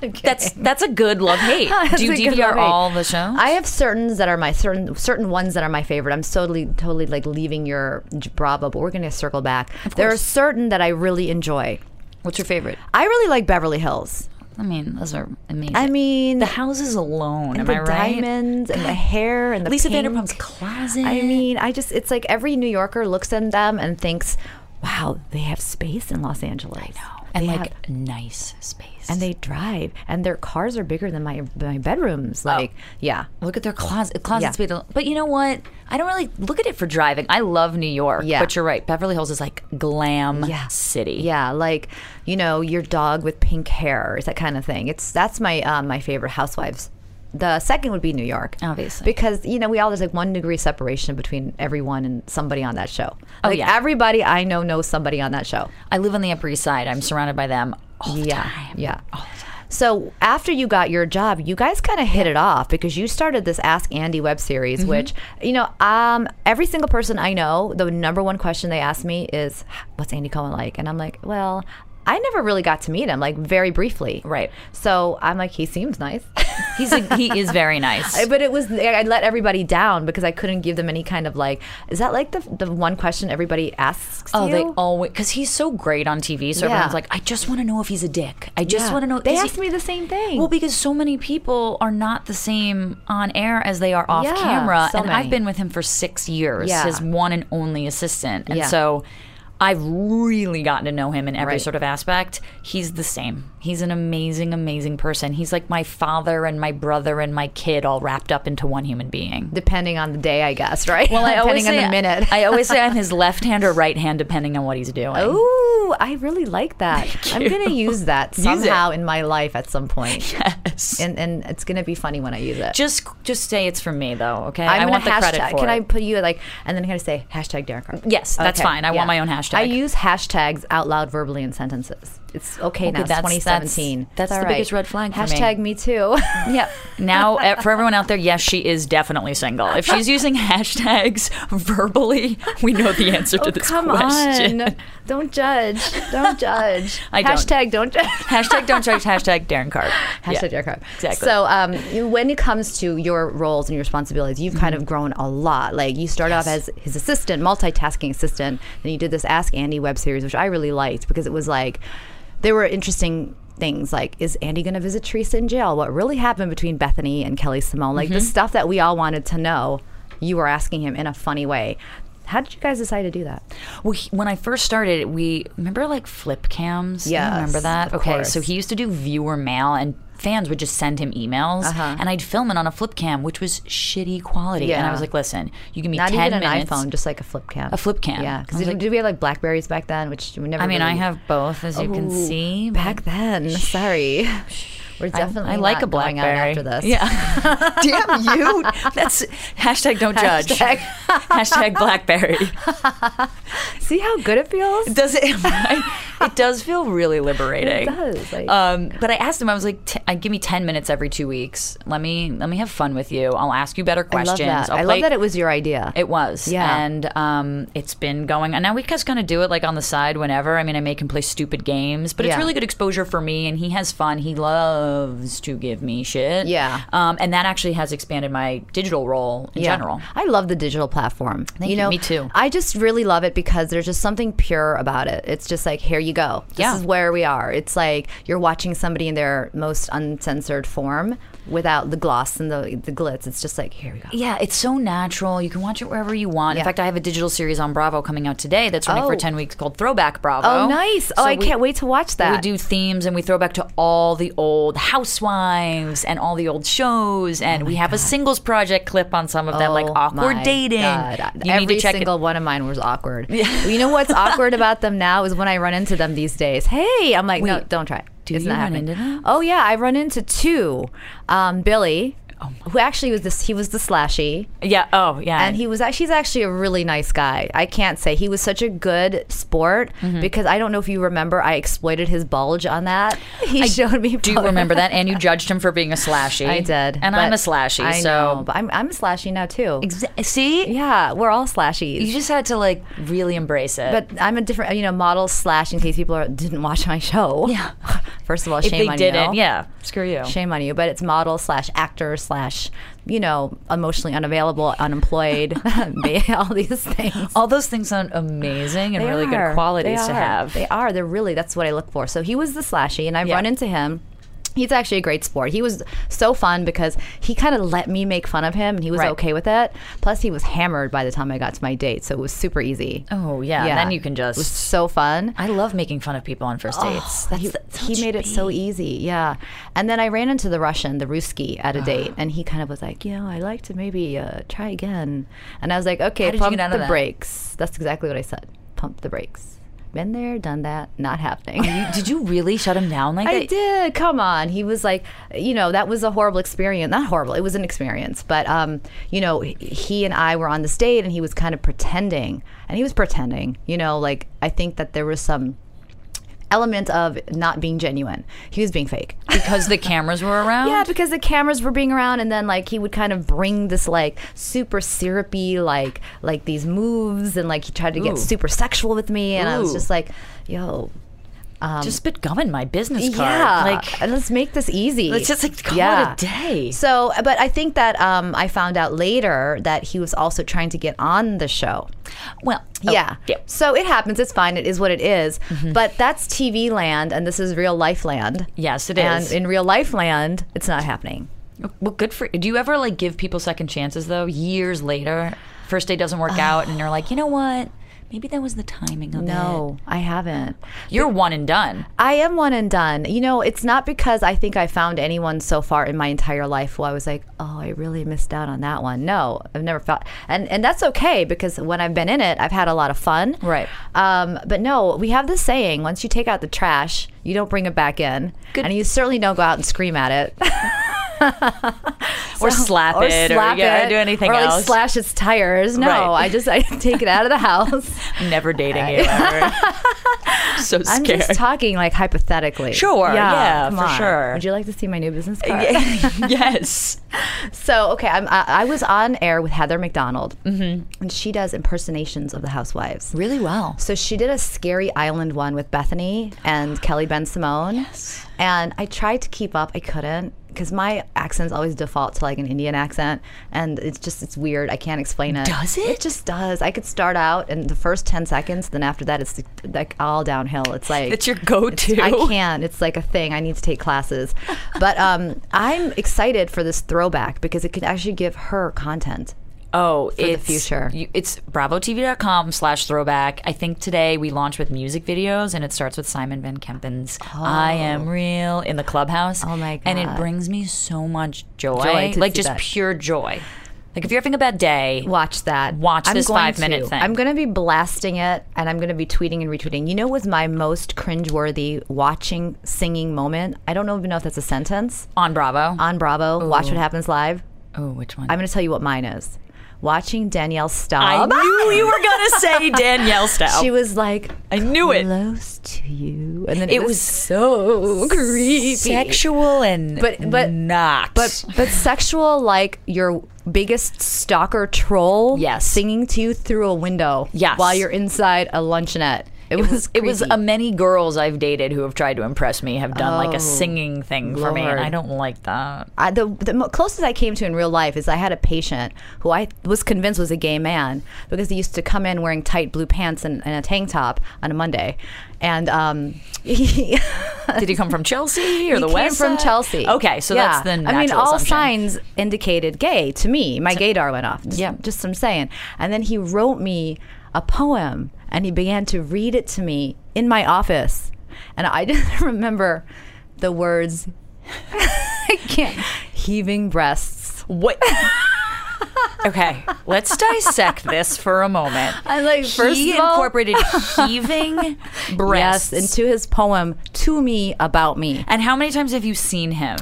Speaker 2: That's that's a good love hate. Do you
Speaker 1: That's a good
Speaker 2: DVR
Speaker 1: love hate.
Speaker 2: all the shows?
Speaker 1: I have certains that are my certain certain ones that are my favorite. I'm totally totally like leaving your j- Bravo, but we're going to circle back. There are certain that I really enjoy.
Speaker 2: What's your favorite?
Speaker 1: I really like Beverly Hills.
Speaker 2: I mean, those are amazing.
Speaker 1: I mean,
Speaker 2: the houses alone. Am
Speaker 1: the
Speaker 2: I right?
Speaker 1: diamonds and the hair and the
Speaker 2: Lisa
Speaker 1: pink.
Speaker 2: Vanderpump's closet.
Speaker 1: I mean, I just it's like every New Yorker looks at them and thinks, "Wow, they have space in Los Angeles." I know.
Speaker 2: and like nice space.
Speaker 1: and they drive and their cars are bigger than my my
Speaker 2: Oh.
Speaker 1: bedrooms like yeah
Speaker 2: Look at their closet. Closet's
Speaker 1: Yeah.
Speaker 2: made a- But you know what? I don't really look at it for driving. I love New York.
Speaker 1: Yeah.
Speaker 2: But you're right. Beverly Hills is like glam
Speaker 1: Yeah.
Speaker 2: city.
Speaker 1: yeah like you know your dog with pink hair is that kind of thing it's that's my um, my favorite housewives the second would be New York,
Speaker 2: Obviously.
Speaker 1: because you know we all there's like one degree separation between everyone and somebody on that show.
Speaker 2: Oh,
Speaker 1: Like,
Speaker 2: yeah.
Speaker 1: everybody I know knows somebody on that show.
Speaker 2: I live on the Upper East Side. I'm surrounded by them all the
Speaker 1: yeah,
Speaker 2: time.
Speaker 1: yeah. So after you got your job, you guys kind of hit it off because you started this Ask Andy web series,
Speaker 2: Mm-hmm.
Speaker 1: which you know, um, every single person I know, the number one question they ask me is, "What's Andy Cohen like?" And I'm like, "Well." I never really got to meet him, like very briefly.
Speaker 2: Right.
Speaker 1: So I'm like, he seems nice,
Speaker 2: He's a, he is very nice.
Speaker 1: but it was I let everybody down because I couldn't give them any kind of like. Is that like the the one question everybody asks?
Speaker 2: Oh,
Speaker 1: you?
Speaker 2: they always because he's so great on TV. So
Speaker 1: Yeah.
Speaker 2: everyone's like, I just want to know if he's a dick. I just
Speaker 1: Yeah.
Speaker 2: want to know.
Speaker 1: They
Speaker 2: is he-
Speaker 1: asked me the same thing.
Speaker 2: Well, because so many people are not the same on air as they are off
Speaker 1: Yeah,
Speaker 2: camera.
Speaker 1: so
Speaker 2: and
Speaker 1: many.
Speaker 2: I've been with him for six years,
Speaker 1: Yeah.
Speaker 2: his one and only assistant. And
Speaker 1: Yeah.
Speaker 2: so I've really gotten to know him in every
Speaker 1: Right.
Speaker 2: sort of aspect. He's the same. He's an amazing, amazing person. He's like my father and my brother and my kid all wrapped up into one human being.
Speaker 1: depending on the day, I guess, right?
Speaker 2: well, I
Speaker 1: depending
Speaker 2: always
Speaker 1: on
Speaker 2: say,
Speaker 1: the minute.
Speaker 2: I always say I'm his left hand or right hand, depending on what he's doing.
Speaker 1: Oh. Ooh, I really like that. I'm gonna use that
Speaker 2: Use it.
Speaker 1: somehow in my life at some point. Yes, and and it's gonna be funny when I use it.
Speaker 2: Just, just say it's from me, though. Okay,
Speaker 1: I'm
Speaker 2: I
Speaker 1: gonna
Speaker 2: want the
Speaker 1: hashtag.
Speaker 2: credit for
Speaker 1: can
Speaker 2: it.
Speaker 1: I put you like, and then I'm gonna say hashtag Darren Carr.
Speaker 2: Yes, that's fine. I want my own hashtag.
Speaker 1: I use hashtags out loud, verbally, in sentences. It's okay now. It's
Speaker 2: that's-
Speaker 1: 2017.
Speaker 2: that's- that's
Speaker 1: It's all
Speaker 2: the biggest red flag for me.
Speaker 1: hashtag me too.
Speaker 2: Yeah. Now, eh, for everyone out there, yes, she is definitely single. If she's using hashtags verbally, we know the answer to
Speaker 1: Oh,
Speaker 2: this
Speaker 1: come
Speaker 2: question.
Speaker 1: on! Don't judge. Don't judge.
Speaker 2: I don't.
Speaker 1: hashtag don't judge.
Speaker 2: Hashtag don't judge, hashtag Darren Card.
Speaker 1: Hashtag Derek Carr.
Speaker 2: Exactly.
Speaker 1: So, um, you- when it comes to your roles and your responsibilities, you've kind
Speaker 2: Mm-hmm.
Speaker 1: of grown a lot. Like you started off as his assistant, multitasking assistant, then you did this Ask Andy web series, which I really liked because it was like there were interesting things like is Andy going to visit Teresa in jail? What really happened between
Speaker 2: Mm-hmm.
Speaker 1: Bethany and Kelly Simone? Like the stuff that we all wanted to know, you were asking him in a funny way. How did you guys decide to do that?
Speaker 2: Well, he, when I first started, we remember like flip cams. You
Speaker 1: Yes,
Speaker 2: remember that?
Speaker 1: of
Speaker 2: okay,
Speaker 1: course.
Speaker 2: so he used to do viewer mail, and fans would just send him emails, and I'd film it on a flip cam, which was shitty quality. And I
Speaker 1: Uh-huh. Yeah.
Speaker 2: was like, listen, you give me
Speaker 1: Not
Speaker 2: ten
Speaker 1: even an
Speaker 2: minutes.
Speaker 1: iPhone, just like a flip cam.
Speaker 2: A flip cam.
Speaker 1: Yeah,
Speaker 2: I
Speaker 1: because
Speaker 2: was
Speaker 1: did,
Speaker 2: like-
Speaker 1: did we have like Blackberries back then, which we never.
Speaker 2: I mean, I
Speaker 1: really-
Speaker 2: have both, as you can
Speaker 1: Ooh,
Speaker 2: see. but
Speaker 1: Back then, sorry, we're
Speaker 2: I-
Speaker 1: definitely.
Speaker 2: I, like
Speaker 1: not
Speaker 2: a
Speaker 1: going out
Speaker 2: blackberry.
Speaker 1: after this.
Speaker 2: Yeah. Damn you. That's hashtag don't judge.
Speaker 1: Hashtag.
Speaker 2: hashtag blackberry.
Speaker 1: See how good it feels.
Speaker 2: Does it? it does feel really
Speaker 1: It
Speaker 2: liberating.
Speaker 1: does, like-
Speaker 2: um, but I asked him. I was like, t- I- "Give me ten minutes every two weeks. Let me let me have fun with you. I'll ask you better
Speaker 1: I love
Speaker 2: questions.
Speaker 1: that.
Speaker 2: will
Speaker 1: I
Speaker 2: play-
Speaker 1: love that it was your idea.
Speaker 2: It was.
Speaker 1: Yeah.
Speaker 2: And um, it's been going. And now we just kind of do it like on the side whenever. I mean, I make him play stupid games, but it's
Speaker 1: Yeah.
Speaker 2: really good exposure for me. And he has fun. He loves to give me shit.
Speaker 1: Yeah.
Speaker 2: Um, and that actually has expanded my digital role in
Speaker 1: Yeah.
Speaker 2: general.
Speaker 1: I love the digital platform. Thank
Speaker 2: you.
Speaker 1: know,
Speaker 2: Me too.
Speaker 1: I just really love it because there's just something pure about it. It's just like here you go. This
Speaker 2: Yeah.
Speaker 1: is where we are. It's like you're watching somebody in their most uncensored form without the gloss and the the glitz. It's just like here we go.
Speaker 2: Yeah, it's so natural. You can watch it wherever you want. In
Speaker 1: Yeah.
Speaker 2: fact, I have a digital series on Bravo coming out today that's running for
Speaker 1: Oh.
Speaker 2: 10 weeks called Throwback Bravo.
Speaker 1: Oh, nice. Oh,
Speaker 2: So
Speaker 1: I
Speaker 2: we-
Speaker 1: can't wait to watch that.
Speaker 2: We do themes and we throw back to all the old housewives and all the old shows, and we have a singles project clip on some of that, like
Speaker 1: Oh,
Speaker 2: awkward
Speaker 1: my
Speaker 2: dating.
Speaker 1: God.
Speaker 2: You
Speaker 1: Every
Speaker 2: need to check
Speaker 1: single
Speaker 2: it.
Speaker 1: one of mine was awkward. You know what's awkward about them now is when I run into them these days. Hey, I'm like, no,
Speaker 2: Wait,
Speaker 1: don't try.
Speaker 2: do
Speaker 1: it's
Speaker 2: you
Speaker 1: not
Speaker 2: run
Speaker 1: happening.
Speaker 2: into them?
Speaker 1: Oh yeah, I run into two. Um, Billy,
Speaker 2: Oh
Speaker 1: who actually was this. He was the slashy.
Speaker 2: Yeah. Oh, yeah.
Speaker 1: And he was actually, he's actually a really nice guy. I can't say he was such a good sport
Speaker 2: Mm-hmm.
Speaker 1: because I don't know if you remember, I exploited his bulge on that. He showed me.
Speaker 2: Do you remember that? And you judged him for being a slashy.
Speaker 1: I did.
Speaker 2: And I'm a
Speaker 1: but
Speaker 2: slashy.
Speaker 1: I
Speaker 2: so
Speaker 1: know, but I'm I'm a slashy now too.
Speaker 2: Exa- see,
Speaker 1: Yeah, we're all slashies.
Speaker 2: you just had to like really embrace it.
Speaker 1: But I'm a different, you know, model slash. In case people are, didn't watch my show,
Speaker 2: Yeah.
Speaker 1: First of all,
Speaker 2: if
Speaker 1: shame
Speaker 2: they
Speaker 1: on
Speaker 2: didn't,
Speaker 1: you.
Speaker 2: yeah, screw you.
Speaker 1: Shame on you. But it's model slash actor slash, you know, emotionally unavailable, unemployed, all these things.
Speaker 2: All those things sound amazing and
Speaker 1: They
Speaker 2: Oh, really
Speaker 1: are.
Speaker 2: good qualities
Speaker 1: They
Speaker 2: to
Speaker 1: are.
Speaker 2: have.
Speaker 1: They are. They're really. That's what I look for. So he was the slashy, and I've
Speaker 2: Yeah.
Speaker 1: run into him. He's actually a great sport. He was so fun because he kind of let me make fun of him, and he was
Speaker 2: Right.
Speaker 1: okay with it. Plus, he was hammered by the time I got to my date, so it was super easy.
Speaker 2: Oh yeah. Then you can just.
Speaker 1: It was so fun.
Speaker 2: I love making fun of people on first dates.
Speaker 1: he, he made it so easy, yeah. And then I ran into the Russian, the Ruski, at a
Speaker 2: Ah.
Speaker 1: date, and he kind of was like, "You know, I'd like to maybe uh, try again." And I was like, "Okay,
Speaker 2: did you
Speaker 1: pump
Speaker 2: get out of
Speaker 1: the
Speaker 2: that?
Speaker 1: brakes." That's exactly what I said. Pump the brakes. Been there, done that. Not happening.
Speaker 2: Did Oh, you really shut him down like
Speaker 1: I
Speaker 2: that?
Speaker 1: did. Come on. He was like, you know, that was a horrible experience. Not horrible. It was an experience. But, um, you know, he- he and I were on this date and he was kind of pretending. And he was pretending, you know, like, I think that there was some element of not being genuine. He was being fake.
Speaker 2: Because the cameras were around.
Speaker 1: Yeah, because the cameras were being around, and then like he would kind of bring this like super syrupy like like these moves, and like he tried to get
Speaker 2: Ooh.
Speaker 1: super sexual with me, and I was
Speaker 2: Ooh.
Speaker 1: just like, "Yo,
Speaker 2: just spit gum in my business card.
Speaker 1: Um, yeah,
Speaker 2: Like
Speaker 1: and let's make this easy.
Speaker 2: Let's just, like, call it a day.
Speaker 1: So, uh, but I think that um, I found out later that he was also trying to get on the show.
Speaker 2: well.
Speaker 1: yeah.
Speaker 2: Oh, yeah. Mm-hmm.
Speaker 1: So it happens. It's fine. It is what it is. But that's TV land, and this is real life land.
Speaker 2: Yes, it
Speaker 1: and
Speaker 2: is.
Speaker 1: in real life land, it's not happening.
Speaker 2: Well, good for. Do you ever like give people second chances though? Years later, first date doesn't work out, and you're like, you know what? Maybe that was the timing of
Speaker 1: No, Ah, I haven't.
Speaker 2: it. You're one and done.
Speaker 1: I am one and done. You know, it's not because I think I found anyone so far in my entire life who I was like, oh, I really missed out on that one. No, I've never felt, and and that's okay because when I've been in it, I've had a lot of fun.
Speaker 2: Right.
Speaker 1: Um, but no, we have this saying: once you take out the trash, you don't bring it back in, and you certainly don't go out and scream at it
Speaker 2: or slap
Speaker 1: or
Speaker 2: it.
Speaker 1: slap
Speaker 2: or, yeah,
Speaker 1: it
Speaker 2: do anything
Speaker 1: or like
Speaker 2: else.
Speaker 1: slash its tires. No,
Speaker 2: Right.
Speaker 1: I just I take it out of the house.
Speaker 2: Never dating you ever. so scared.
Speaker 1: I'm just talking like hypothetically.
Speaker 2: Sure, yeah,
Speaker 1: come
Speaker 2: for
Speaker 1: on.
Speaker 2: sure.
Speaker 1: Would you like to see my new business card?
Speaker 2: yes.
Speaker 1: So okay, I'm, I, I was on air with Heather McDonald, and she does impersonations of the housewives.
Speaker 2: Mm-hmm. Really well.
Speaker 1: So she did a scary island one with Bethany and Kelly Ben Simone. Yes. And I tried to keep up, I couldn't because my accents always default to like an Indian accent, and it's just it's weird. I can't explain it.
Speaker 2: Does it?
Speaker 1: It just does. I could start out in the first ten seconds, then after that it's like all downhill. It's like
Speaker 2: It's your go-to.
Speaker 1: I can. It's like a thing. I need to take classes. But um, I'm excited for this throwback because it could actually give her content.
Speaker 2: Oh, for
Speaker 1: the
Speaker 2: it's,
Speaker 1: future.
Speaker 2: you- it's bravotv.com slash throwback. I think today we launch with music videos and it starts with Simon Van Kempen's I Am Real in the clubhouse.
Speaker 1: Oh, my
Speaker 2: And it
Speaker 1: God.
Speaker 2: brings me so much joy.
Speaker 1: Joy to
Speaker 2: like
Speaker 1: see
Speaker 2: just
Speaker 1: that.
Speaker 2: pure joy. Like if you're having a bad day,
Speaker 1: Watch that.
Speaker 2: Watch
Speaker 1: I'm
Speaker 2: this
Speaker 1: going
Speaker 2: five-minute
Speaker 1: to.
Speaker 2: thing.
Speaker 1: I'm going to be blasting it and I'm going to be tweeting and retweeting. You know, what was my most cringeworthy watching singing moment. I don't even know if that's a sentence
Speaker 2: on Bravo.
Speaker 1: on Bravo. Watch what happens live.
Speaker 2: oh, which one?
Speaker 1: I'm going to tell you what mine is. Watching Danielle
Speaker 2: I
Speaker 1: Staub.
Speaker 2: knew you were going to say Danielle Stout.
Speaker 1: She was like,
Speaker 2: I knew it.
Speaker 1: Close to you, and then
Speaker 2: It was
Speaker 1: so creepy.
Speaker 2: Sexual and
Speaker 1: But- but-
Speaker 2: not.
Speaker 1: but but sexual like your biggest stalker troll
Speaker 2: Yes.
Speaker 1: singing to you through a window
Speaker 2: Yes.
Speaker 1: while you're inside a luncheonette it, was
Speaker 2: it was
Speaker 1: creepy.
Speaker 2: a many girls I've dated who have tried to impress me have done like a singing thing for me, and
Speaker 1: Oh, Lord.
Speaker 2: I don't like that.
Speaker 1: I, the, the mo- closest I came to in real life is I had a patient who I was convinced was a gay man because he used to come in wearing tight blue pants and, and a tank top on a Monday, and um, he,
Speaker 2: Did he come from Chelsea or
Speaker 1: He
Speaker 2: the
Speaker 1: came
Speaker 2: West?
Speaker 1: from
Speaker 2: Side?
Speaker 1: Chelsea.
Speaker 2: Okay, so
Speaker 1: Yeah.
Speaker 2: that's the natural
Speaker 1: I mean, all
Speaker 2: assumption.
Speaker 1: signs indicated gay to me. My gaydar went off. Just,
Speaker 2: Yeah.
Speaker 1: just I'm saying. And then he wrote me a poem, and he began to read it to me in my office, and I didn't remember the words. I can't. Heaving breasts.
Speaker 2: What? okay, let's dissect this for a moment.
Speaker 1: I'm like, first
Speaker 2: he
Speaker 1: of all-
Speaker 2: incorporated heaving breasts.
Speaker 1: Yes, into his poem to me about me.
Speaker 2: and how many times have you seen him?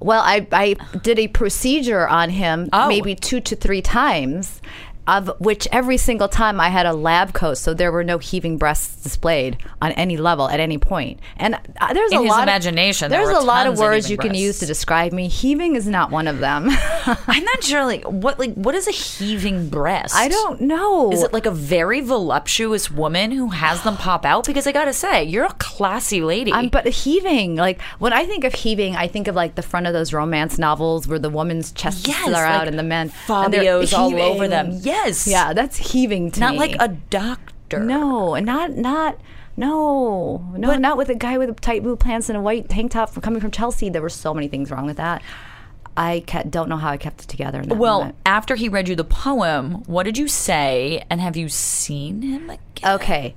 Speaker 1: Well, I, I did a procedure on him
Speaker 2: Oh.
Speaker 1: maybe two to three times, of which every single time I had a lab coat, so there were no heaving breasts displayed on any level at any point. And uh, there's
Speaker 2: In
Speaker 1: a
Speaker 2: his
Speaker 1: lot
Speaker 2: imagination,
Speaker 1: Of,
Speaker 2: there
Speaker 1: there's
Speaker 2: were
Speaker 1: a lot
Speaker 2: tons
Speaker 1: of
Speaker 2: of
Speaker 1: words
Speaker 2: heaving
Speaker 1: you can
Speaker 2: breasts.
Speaker 1: use to describe me. Heaving is not one of them. I
Speaker 2: I'm not sure. Like what? Like what is a heaving breast? I
Speaker 1: don't know.
Speaker 2: Is it like a very voluptuous woman who has them pop out? Because I gotta say, you're a classy lady.
Speaker 1: Um, but heaving, like when I think of heaving, I think of like the front of those romance novels where the woman's chests
Speaker 2: Yes,
Speaker 1: are
Speaker 2: like
Speaker 1: out and the men and they're
Speaker 2: Fabios all over them.
Speaker 1: heaving.
Speaker 2: Yes.
Speaker 1: yeah, that's heaving to
Speaker 2: not
Speaker 1: me.
Speaker 2: like a doctor.
Speaker 1: No, and not not no no not with a guy with tight blue pants and a white tank top from, coming from Chelsea. There were so many things wrong with that. I kept, don't know how I kept it together. In that
Speaker 2: Well,
Speaker 1: moment.
Speaker 2: after he read you the poem, what did you say? And have you seen him again?
Speaker 1: okay.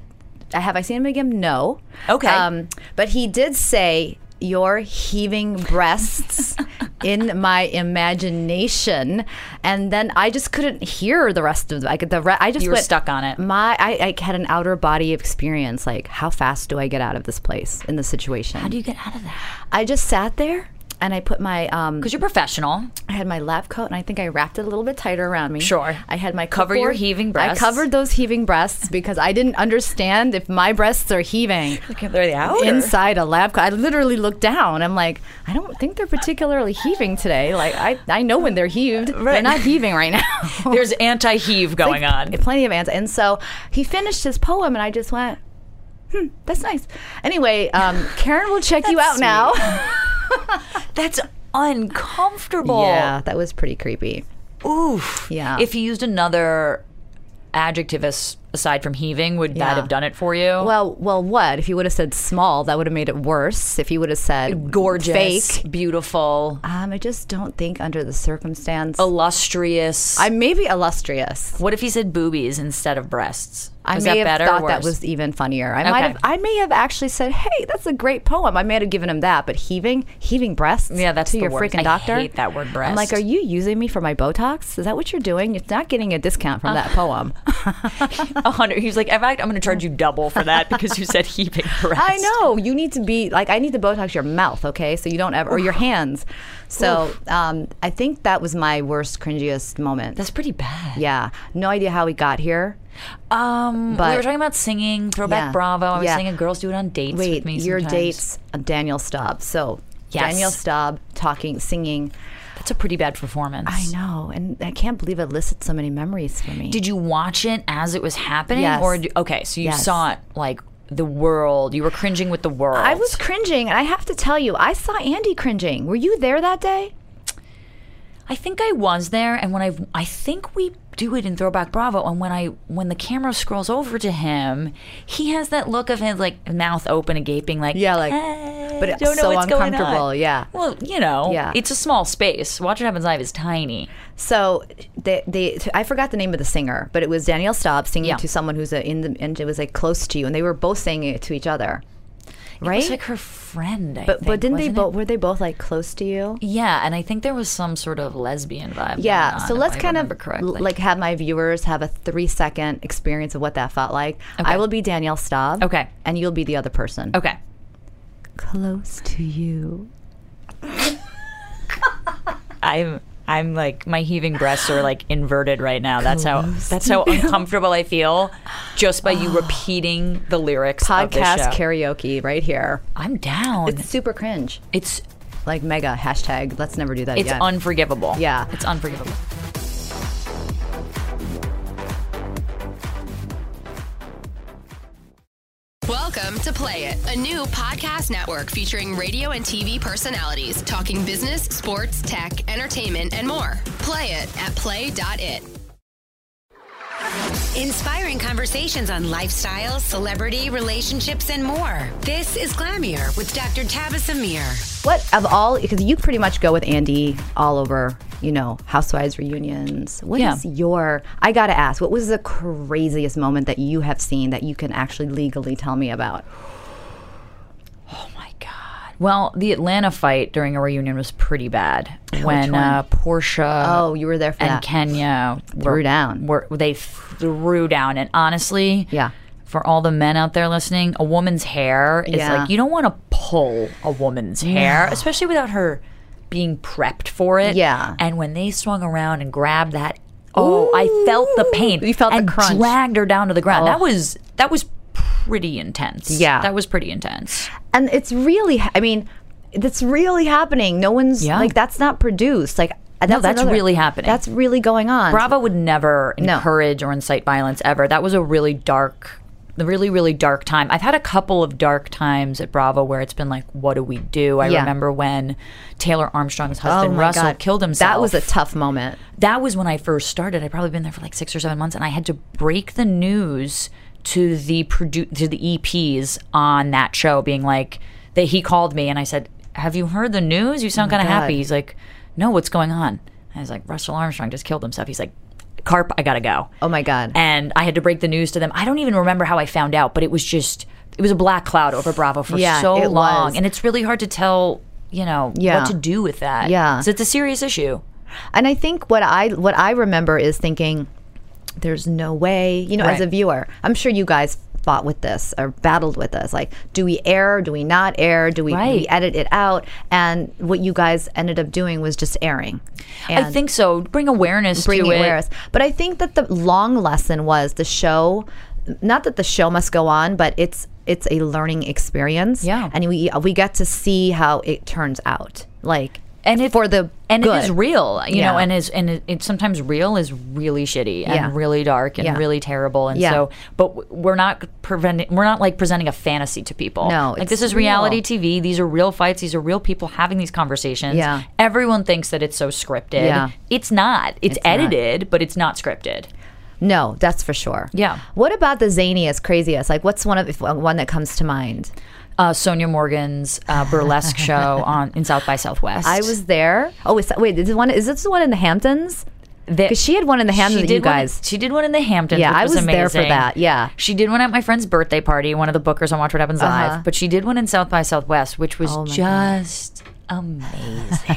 Speaker 1: Uh, Have I seen him again? No. Um,
Speaker 2: Okay.
Speaker 1: but he did say your heaving breasts in my imagination, and then I just couldn't hear the rest of the. I could the re- I just
Speaker 2: You were
Speaker 1: went,
Speaker 2: stuck on it.
Speaker 1: My I, I had an outer body experience. Like, how fast do I get out of this place in this situation?
Speaker 2: How do you get out of that?
Speaker 1: I just sat there and I put my um
Speaker 2: Because you're professional.
Speaker 1: I had my lab coat and I think I wrapped it a little bit tighter around me.
Speaker 2: Sure.
Speaker 1: I had my
Speaker 2: Cover your
Speaker 1: clipboard.
Speaker 2: heaving breasts.
Speaker 1: I covered those heaving breasts because I didn't understand if my breasts are heaving
Speaker 2: They're out.
Speaker 1: inside a lab coat. I literally looked down. I'm like, I don't think they're particularly heaving today. Like I, I know when they're heaved. They're not heaving right now.
Speaker 2: There's anti-heave going on.
Speaker 1: Plenty of ants. And so he finished his poem and I just went, hmm, that's nice. Anyway, um, Karen will check you out
Speaker 2: That's
Speaker 1: now.
Speaker 2: That's uncomfortable.
Speaker 1: Yeah, that was pretty creepy.
Speaker 2: Oof.
Speaker 1: Yeah.
Speaker 2: If he used another adjective as, aside from heaving, would
Speaker 1: Yeah.
Speaker 2: that have done it for you?
Speaker 1: Well, well, what if you would have said small? That would have made it worse. If you would have said
Speaker 2: gorgeous,
Speaker 1: fake,
Speaker 2: beautiful,
Speaker 1: um, I just don't think under the circumstance.
Speaker 2: Oh. illustrious.
Speaker 1: I may be illustrious.
Speaker 2: what if he said boobies instead of breasts?
Speaker 1: I
Speaker 2: Was
Speaker 1: may
Speaker 2: that
Speaker 1: have
Speaker 2: better or
Speaker 1: thought that
Speaker 2: worse?
Speaker 1: was even funnier. I might
Speaker 2: Okay.
Speaker 1: have. I may have actually said, "Hey, that's a great poem." I may have given him that, but heaving, heaving breasts.
Speaker 2: Yeah, that's
Speaker 1: to
Speaker 2: the
Speaker 1: your
Speaker 2: worst.
Speaker 1: freaking
Speaker 2: I
Speaker 1: doctor.
Speaker 2: hate that word,
Speaker 1: I'm like,
Speaker 2: breast.
Speaker 1: are you using me for my Botox? Is that what you're doing? You're not getting a discount
Speaker 2: Uh.
Speaker 1: from that poem.
Speaker 2: a hundred. He's like, in fact, I'm going to charge you double for that because you said heaving breasts.
Speaker 1: I know you need to be like I need to Botox your mouth, okay? So you don't ever or your hands. So um, I think that was my worst, cringiest moment.
Speaker 2: That's pretty bad.
Speaker 1: yeah, no idea how we got here.
Speaker 2: Um, we
Speaker 1: But-
Speaker 2: were talking about singing, throwback
Speaker 1: Yeah.
Speaker 2: Bravo. I was
Speaker 1: Yeah.
Speaker 2: singing girls do it on dates
Speaker 1: Wait,
Speaker 2: with me
Speaker 1: your
Speaker 2: sometimes.
Speaker 1: dates, uh, Daniel Staub. So
Speaker 2: Yes.
Speaker 1: Daniel Staub talking, singing.
Speaker 2: That's a pretty bad performance.
Speaker 1: I know, and I can't believe it elicited so many memories for me.
Speaker 2: Did you watch it as it was happening?
Speaker 1: Yes.
Speaker 2: Or do, okay, so you
Speaker 1: Yes.
Speaker 2: saw it like the world. You were cringing with the world.
Speaker 1: I was cringing, and I have to tell you, I saw Andy cringing. Were you there that day?
Speaker 2: I think I was there, and when I I think we do it in Throwback Bravo, and when I when the camera scrolls over to him, he has that look of his like mouth open and gaping, like
Speaker 1: Yeah, like,
Speaker 2: "I
Speaker 1: but it's
Speaker 2: don't know
Speaker 1: so
Speaker 2: what's going on."
Speaker 1: uncomfortable, yeah.
Speaker 2: Well, you know,
Speaker 1: Yeah.
Speaker 2: it's a small space. Watch What Happens Live is tiny.
Speaker 1: So they, they, I forgot the name of the singer, but it was Danielle Staub singing
Speaker 2: Yeah.
Speaker 1: to someone who's uh in the, and it was like close to you, and they were both singing it to each other, right?
Speaker 2: It's like her friend. I
Speaker 1: but
Speaker 2: think,
Speaker 1: but didn't they
Speaker 2: wasn't it?
Speaker 1: both? Were they both like close to you?
Speaker 2: Yeah, and I think there was some sort of lesbian vibe.
Speaker 1: Yeah.
Speaker 2: going on,
Speaker 1: so
Speaker 2: if
Speaker 1: let's
Speaker 2: I
Speaker 1: kind of
Speaker 2: remember correctly.
Speaker 1: l- like have my viewers have a three second experience of what that felt like. I will be Danielle Staub.
Speaker 2: Okay.
Speaker 1: And you'll be the other person.
Speaker 2: okay.
Speaker 1: Close to you.
Speaker 2: I'm I'm like my heaving breasts are like inverted right now. That's how that's how uncomfortable I feel just by you repeating the lyrics of this
Speaker 1: Ah. Podcast
Speaker 2: show.
Speaker 1: karaoke right here.
Speaker 2: I'm down.
Speaker 1: It's super cringe.
Speaker 2: It's
Speaker 1: Like mega hashtag. Let's never do that
Speaker 2: it's
Speaker 1: again.
Speaker 2: unforgivable.
Speaker 1: Yeah.
Speaker 2: It's unforgivable.
Speaker 3: Welcome to Play It, a new podcast network featuring radio and TV personalities talking business, sports, tech, entertainment, and more. Play it at play.it.
Speaker 4: Inspiring conversations on lifestyle, celebrity, relationships, and more. This is Glamier with Dr. Tabitha Amir.
Speaker 1: What of all? Because you pretty much go with Andy all over, you know, Housewives reunions. What is
Speaker 2: Yeah.
Speaker 1: your? I gotta ask. What was the craziest moment that you have seen that you can actually legally tell me about?
Speaker 2: Well, the Atlanta fight during a reunion was pretty bad when
Speaker 1: one?
Speaker 2: uh, Portia
Speaker 1: Oh, you were there for
Speaker 2: and
Speaker 1: that.
Speaker 2: Kenya
Speaker 1: Threw down.
Speaker 2: Were, they threw down, and honestly,
Speaker 1: Yeah.
Speaker 2: For all the men out there listening, a woman's hair is
Speaker 1: Yeah.
Speaker 2: like you don't want to pull a woman's hair, especially without her being prepped for it.
Speaker 1: Yeah.
Speaker 2: and when they swung around and grabbed that, oh, I felt the pain.
Speaker 1: You felt the
Speaker 2: and
Speaker 1: crunch. Oh.
Speaker 2: Dragged her down to the ground. That was that was pretty intense.
Speaker 1: Yeah.
Speaker 2: that was pretty intense.
Speaker 1: and it's really i mean that's really happening no one's
Speaker 2: Yeah.
Speaker 1: like that's not produced like that's,
Speaker 2: that's
Speaker 1: another-
Speaker 2: really happening.
Speaker 1: that's really going on
Speaker 2: Bravo would never encourage or incite violence ever. That was a really dark, a really, really dark time. I've had a couple of dark times at Bravo where it's been like, what do we do? I
Speaker 1: Yeah.
Speaker 2: remember when Taylor Armstrong's
Speaker 1: oh
Speaker 2: husband
Speaker 1: my
Speaker 2: Russell
Speaker 1: god
Speaker 2: killed himself.
Speaker 1: that was a tough moment
Speaker 2: that was when I first started. I'd probably been there for like six or seven months, and I had to break the news to the produ- to the EPs on that show, being like that he called me and I said, "Have you heard the news?
Speaker 1: Oh
Speaker 2: You sound kind of happy." He's like, "No, what's going on?" I was like, "Russell Armstrong just killed himself." He's like, "Carp, I gotta go."
Speaker 1: oh my god
Speaker 2: And I had to break the news to them. I don't even remember how I found out, but it was just it was a black cloud over Bravo for
Speaker 1: Yeah,
Speaker 2: so
Speaker 1: it
Speaker 2: long,
Speaker 1: was.
Speaker 2: and it's really hard to tell. You know
Speaker 1: Yeah.
Speaker 2: what to do with that.
Speaker 1: Yeah.
Speaker 2: so it's a serious issue.
Speaker 1: and i think what i what i remember is thinking there's no way you know as
Speaker 2: Right.
Speaker 1: a viewer i'm sure you guys fought with this or battled with this like do we air do we not air do we, do we
Speaker 2: Right.
Speaker 1: edit it out and what you guys ended up doing was just airing
Speaker 2: I
Speaker 1: And-
Speaker 2: think so. Bring awareness to
Speaker 1: bringing
Speaker 2: it.
Speaker 1: awareness. But I think that the long lesson was the show. Not that the show must go on, but it's it's a learning experience.
Speaker 2: Yeah.
Speaker 1: and we we get to see how it turns out. Like
Speaker 2: And it,
Speaker 1: for the
Speaker 2: and
Speaker 1: good.
Speaker 2: it is real, you
Speaker 1: Yeah.
Speaker 2: know, and is and it, it's sometimes real is really shitty and
Speaker 1: Yeah.
Speaker 2: really dark and
Speaker 1: Yeah.
Speaker 2: really terrible, and
Speaker 1: Yeah.
Speaker 2: so. But w- we're not preventing. We're not like presenting a fantasy to people.
Speaker 1: No,
Speaker 2: like
Speaker 1: it's
Speaker 2: this is
Speaker 1: real.
Speaker 2: reality TV. These are real fights. These are real people having these conversations.
Speaker 1: Yeah.
Speaker 2: everyone thinks that it's so scripted.
Speaker 1: Yeah.
Speaker 2: it's not. It's, edited, but it's not scripted.
Speaker 1: No, that's for sure.
Speaker 2: Yeah.
Speaker 1: What about the zaniest, craziest? Like, what's one of if, one that comes to mind?
Speaker 2: Uh, Sonia Morgan's uh, burlesque show on in South by Southwest.
Speaker 1: I was there. Oh, is, wait, is this one? Is this the one in the Hamptons?
Speaker 2: that-
Speaker 1: 'Cause she had one in the Hamptons
Speaker 2: She
Speaker 1: that you
Speaker 2: did one-
Speaker 1: guys-
Speaker 2: she did one in the Hamptons.
Speaker 1: Yeah,
Speaker 2: which
Speaker 1: I was there for
Speaker 2: amazing.
Speaker 1: that, yeah.
Speaker 2: she did one at my friend's birthday party. One of the bookers on Watch What Happens
Speaker 1: Uh-huh.
Speaker 2: Live, but she did one in South by Southwest, which
Speaker 1: Oh
Speaker 2: was just amazing.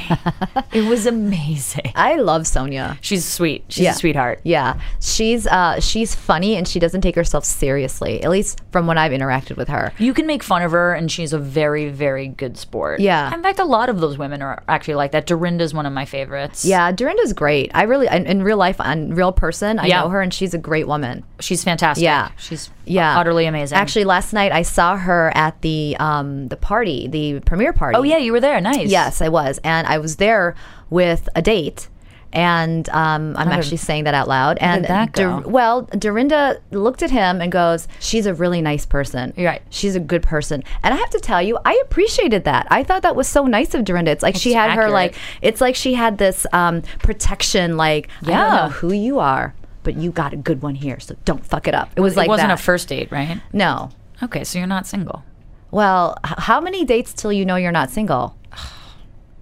Speaker 2: it was amazing.
Speaker 1: I love Sonia.
Speaker 2: She's sweet. She's a sweetheart.
Speaker 1: Yeah, she's uh, she's funny and she doesn't take herself seriously. At least from when I've interacted with her.
Speaker 2: You can make fun of her, and she's a very, very good sport.
Speaker 1: Yeah.
Speaker 2: In fact, a lot of those women are actually like that. Dorinda's one of my favorites.
Speaker 1: Yeah, Dorinda's great. I really, in, in real life, on real person, I
Speaker 2: Yeah.
Speaker 1: know her and she's a great woman.
Speaker 2: She's fantastic.
Speaker 1: Yeah.
Speaker 2: She's
Speaker 1: Yeah,
Speaker 2: utterly amazing.
Speaker 1: Actually, last night I saw her at the um the party, the premiere party.
Speaker 2: oh, yeah, you were there. Nice.
Speaker 1: yes, I was, and I was there with a date. And um, I'm actually saying that out loud. And
Speaker 2: did that
Speaker 1: Dor-
Speaker 2: go?
Speaker 1: well, Dorinda looked at him and goes, "She's a really nice person.
Speaker 2: You're right.
Speaker 1: She's a good person." And I have to tell you, I appreciated that. I thought that was so nice of Dorinda. It's like she had her
Speaker 2: accurate.
Speaker 1: like it's like she had this um, protection. Like I don't
Speaker 2: Yeah.
Speaker 1: know who you are, but you got a good one here, so don't fuck it up. It was
Speaker 2: It
Speaker 1: like
Speaker 2: wasn't
Speaker 1: that.
Speaker 2: a first date, right?
Speaker 1: No.
Speaker 2: Okay, so you're not single.
Speaker 1: Well, h- how many dates till you know you're not single?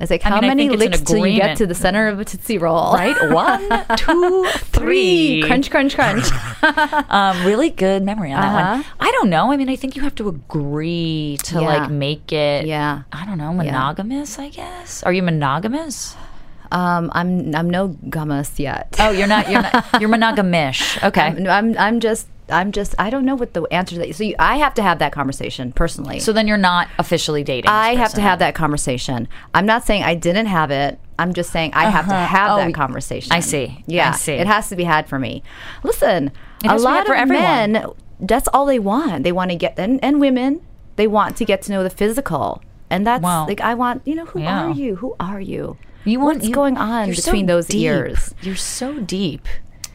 Speaker 1: It's like how
Speaker 2: mean, I
Speaker 1: many
Speaker 2: think it's an
Speaker 1: licks till you get
Speaker 2: agreement.
Speaker 1: to the center of a tootsie roll?
Speaker 2: Right? One, two, three.
Speaker 1: Three. Crunch, crunch, crunch.
Speaker 2: Um, really good memory on that one.
Speaker 1: Uh-huh.
Speaker 2: I don't know. I mean, I think you have to agree to
Speaker 1: Yeah.
Speaker 2: like make it.
Speaker 1: Yeah.
Speaker 2: I don't know. Monogamous, I guess. Are you monogamous?
Speaker 1: um, I'm I'm no gummus yet.
Speaker 2: Oh, you're not. You're not. You're monogamish. Okay.
Speaker 1: I'm, I'm I'm just I'm just I don't know what the answer to that. So you, I have to have that conversation personally.
Speaker 2: so then you're not officially dating. this
Speaker 1: I have to
Speaker 2: person.
Speaker 1: have that conversation. I'm not saying I didn't have it. I'm just saying I have to have that conversation.
Speaker 2: Uh-huh. Oh, I see.
Speaker 1: Yeah,
Speaker 2: I see.
Speaker 1: It has to be had for me. Listen, a
Speaker 2: has to be
Speaker 1: lot
Speaker 2: had for
Speaker 1: of
Speaker 2: everyone.
Speaker 1: men, that's all they want. They want to get and, and women, they want to get to know the physical. And that's
Speaker 2: Wow.
Speaker 1: like I want. You know, who
Speaker 2: Yeah.
Speaker 1: are you? Who are you?
Speaker 2: You want
Speaker 1: What's
Speaker 2: you-
Speaker 1: going on
Speaker 2: you're so
Speaker 1: between those
Speaker 2: deep.
Speaker 1: ears?
Speaker 2: You're so deep.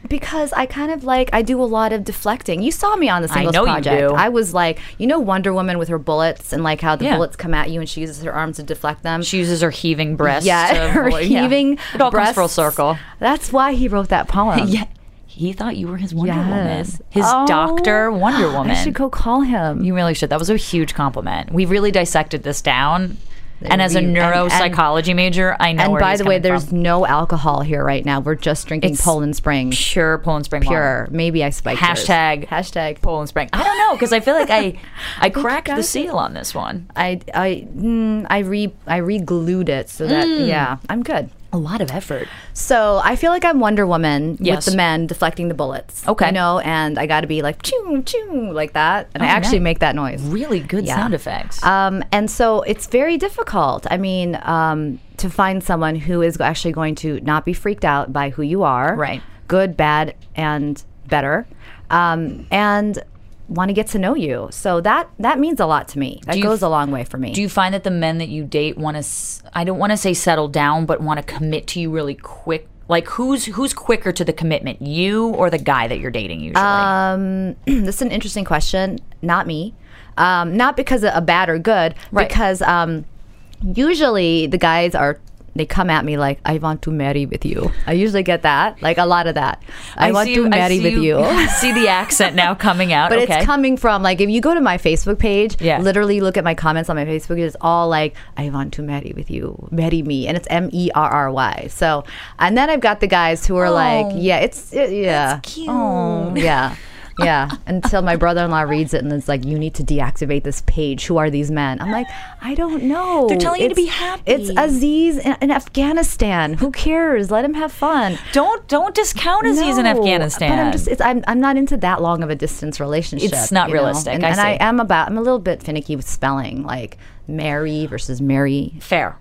Speaker 1: Because I kind of like I do a lot of deflecting. You saw me on the singles
Speaker 2: know you
Speaker 1: project.
Speaker 2: do.
Speaker 1: I was like, you know, Wonder Woman with her bullets and like how the
Speaker 2: Yeah.
Speaker 1: bullets come at you and she uses her arms to deflect them.
Speaker 2: She uses her heaving breasts.
Speaker 1: yeah,
Speaker 2: to-
Speaker 1: her
Speaker 2: yeah.
Speaker 1: heaving.
Speaker 2: It all comes
Speaker 1: breasts.
Speaker 2: full circle.
Speaker 1: That's why he wrote that poem.
Speaker 2: Yeah. He thought you were his Wonder
Speaker 1: Yes.
Speaker 2: Woman. His
Speaker 1: Oh.
Speaker 2: doctor Wonder Woman.
Speaker 1: I should go call him.
Speaker 2: You really should. That was a huge compliment. We really dissected this down. And as a
Speaker 1: We- and- and-
Speaker 2: neuropsychology major, I know.
Speaker 1: and
Speaker 2: where
Speaker 1: by
Speaker 2: he's
Speaker 1: the way,
Speaker 2: coming
Speaker 1: there's
Speaker 2: from.
Speaker 1: no alcohol here right now. We're just drinking
Speaker 2: It's
Speaker 1: Poland Spring
Speaker 2: pure Poland Spring
Speaker 1: pure.
Speaker 2: water.
Speaker 1: Maybe I spiked yours.
Speaker 2: Hashtag
Speaker 1: hashtag.
Speaker 2: Poland Spring. I don't know because I feel like I I cracked
Speaker 1: got
Speaker 2: the
Speaker 1: it.
Speaker 2: seal on this one.
Speaker 1: I I mm, I re I re-glued it so that
Speaker 2: Mm.
Speaker 1: yeah I'm good.
Speaker 2: A lot of effort.
Speaker 1: So I feel like I'm Wonder Woman
Speaker 2: Yes.
Speaker 1: with the men deflecting the bullets.
Speaker 2: Okay.
Speaker 1: You know, and I got to be like choo choo like that, and I
Speaker 2: Oh,
Speaker 1: actually
Speaker 2: nice.
Speaker 1: make that noise.
Speaker 2: Really good
Speaker 1: Yeah.
Speaker 2: sound effects.
Speaker 1: Um, and so it's very difficult. I mean, um, to find someone who is actually going to not be freaked out by who you are,
Speaker 2: Right.
Speaker 1: Good, bad, and better, um, and want to get to know you. So that that means a lot to me. That
Speaker 2: you
Speaker 1: goes
Speaker 2: f-
Speaker 1: a long way for me.
Speaker 2: Do you find that the men that you date want to? I don't want to say settle down, but want to commit to you really quick. Like who's who's quicker to the commitment, you or the guy that you're dating usually?
Speaker 1: Uh, Um, this is an interesting question. Not me. Um, not because of a bad or good,
Speaker 2: Right.
Speaker 1: because um, usually the guys are. They come at me like, "I want to marry with you." I usually get that, like a lot of that. I, want
Speaker 2: see
Speaker 1: to
Speaker 2: you- I
Speaker 1: marry
Speaker 2: see
Speaker 1: with you.
Speaker 2: I see the accent now coming out.
Speaker 1: But
Speaker 2: okay.
Speaker 1: it's coming from like if you go to my Facebook page,
Speaker 2: Yeah.
Speaker 1: literally look at my comments on my Facebook. It's all like, "I want to marry with you, marry me," and it's M E R R Y. So, and then I've got the guys who are like, "Yeah, it's it, yeah,
Speaker 2: Oh. cute.
Speaker 1: Oh, yeah." Yeah, until my brother-in-law reads it and it's like, "You need to deactivate this page. Who are these men?" I'm like, "I don't know." They're
Speaker 2: telling you to be happy.
Speaker 1: It's Aziz in, in Afghanistan. Who cares? Let him have fun.
Speaker 2: don't don't discount Aziz in
Speaker 1: No,
Speaker 2: Afghanistan.
Speaker 1: But I'm just, it's, I'm, I'm not into that long of a distance relationship.
Speaker 2: It's not
Speaker 1: you know?
Speaker 2: realistic,
Speaker 1: And,
Speaker 2: I
Speaker 1: and I
Speaker 2: see.
Speaker 1: am about, I'm a little bit finicky with spelling, like Mary versus Mary.
Speaker 2: Fair.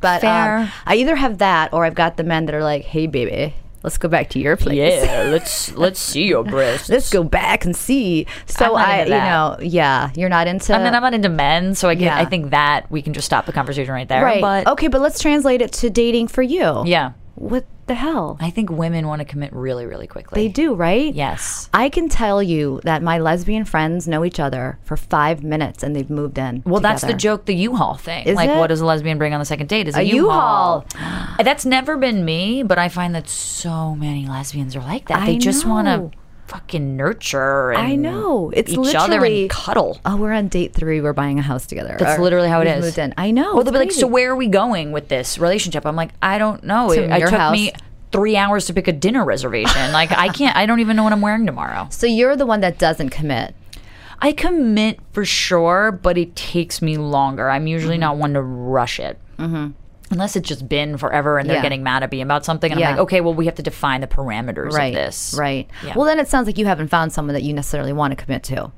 Speaker 1: But um,
Speaker 2: Fair.
Speaker 1: I either have that or I've got the men that are like, hey, baby, let's go back to your place.
Speaker 2: Yeah, let's let's see your breasts.
Speaker 1: Let's go back and see. So
Speaker 2: I'm not
Speaker 1: I,
Speaker 2: into
Speaker 1: you
Speaker 2: that.
Speaker 1: know, yeah, you're not into.
Speaker 2: I mean, I'm not into men, so I can,
Speaker 1: uh, Yeah.
Speaker 2: I think that we can just stop the conversation right there.
Speaker 1: right.
Speaker 2: But
Speaker 1: okay, but let's translate it to dating for you.
Speaker 2: yeah,
Speaker 1: What the hell?
Speaker 2: I think women want to commit really, really quickly.
Speaker 1: They do, right?
Speaker 2: Yes.
Speaker 1: I can tell you that my lesbian friends know each other for five minutes and they've moved in.
Speaker 2: Well, that's the
Speaker 1: together.
Speaker 2: joke, the U-Haul thing.
Speaker 1: Is
Speaker 2: like,
Speaker 1: it?
Speaker 2: what does a lesbian bring on the second date? Is a
Speaker 1: A
Speaker 2: U-Haul.
Speaker 1: U-Haul.
Speaker 2: that's never been me, but I find that so many lesbians are like that.
Speaker 1: I
Speaker 2: they just want
Speaker 1: know.
Speaker 2: to fucking nurture. And
Speaker 1: I know. It's
Speaker 2: each other
Speaker 1: literally-
Speaker 2: and cuddle.
Speaker 1: Oh, we're on date three. We're buying a house together.
Speaker 2: That's
Speaker 1: Or
Speaker 2: literally how it
Speaker 1: we've
Speaker 2: is.
Speaker 1: Moved in. I know.
Speaker 2: Well,
Speaker 1: it's
Speaker 2: they'll be like,
Speaker 1: crazy.
Speaker 2: "So where are we going with this relationship?" I'm like, "I don't know.
Speaker 1: To
Speaker 2: it it
Speaker 1: your
Speaker 2: took
Speaker 1: house.
Speaker 2: me three hours to pick a dinner reservation. like, I can't. I don't even know what I'm wearing tomorrow.
Speaker 1: So you're the one that doesn't commit.
Speaker 2: I commit for sure, but it takes me longer. I'm usually not one to rush it. Mm-hmm. Unless it's just been forever and they're
Speaker 1: Yeah.
Speaker 2: getting mad at me about something. And
Speaker 1: Yeah.
Speaker 2: I'm like, okay, well, we have to define the parameters
Speaker 1: Right.
Speaker 2: of this.
Speaker 1: Right.
Speaker 2: Yeah.
Speaker 1: Well, then it sounds like you haven't found someone that you necessarily want to commit to.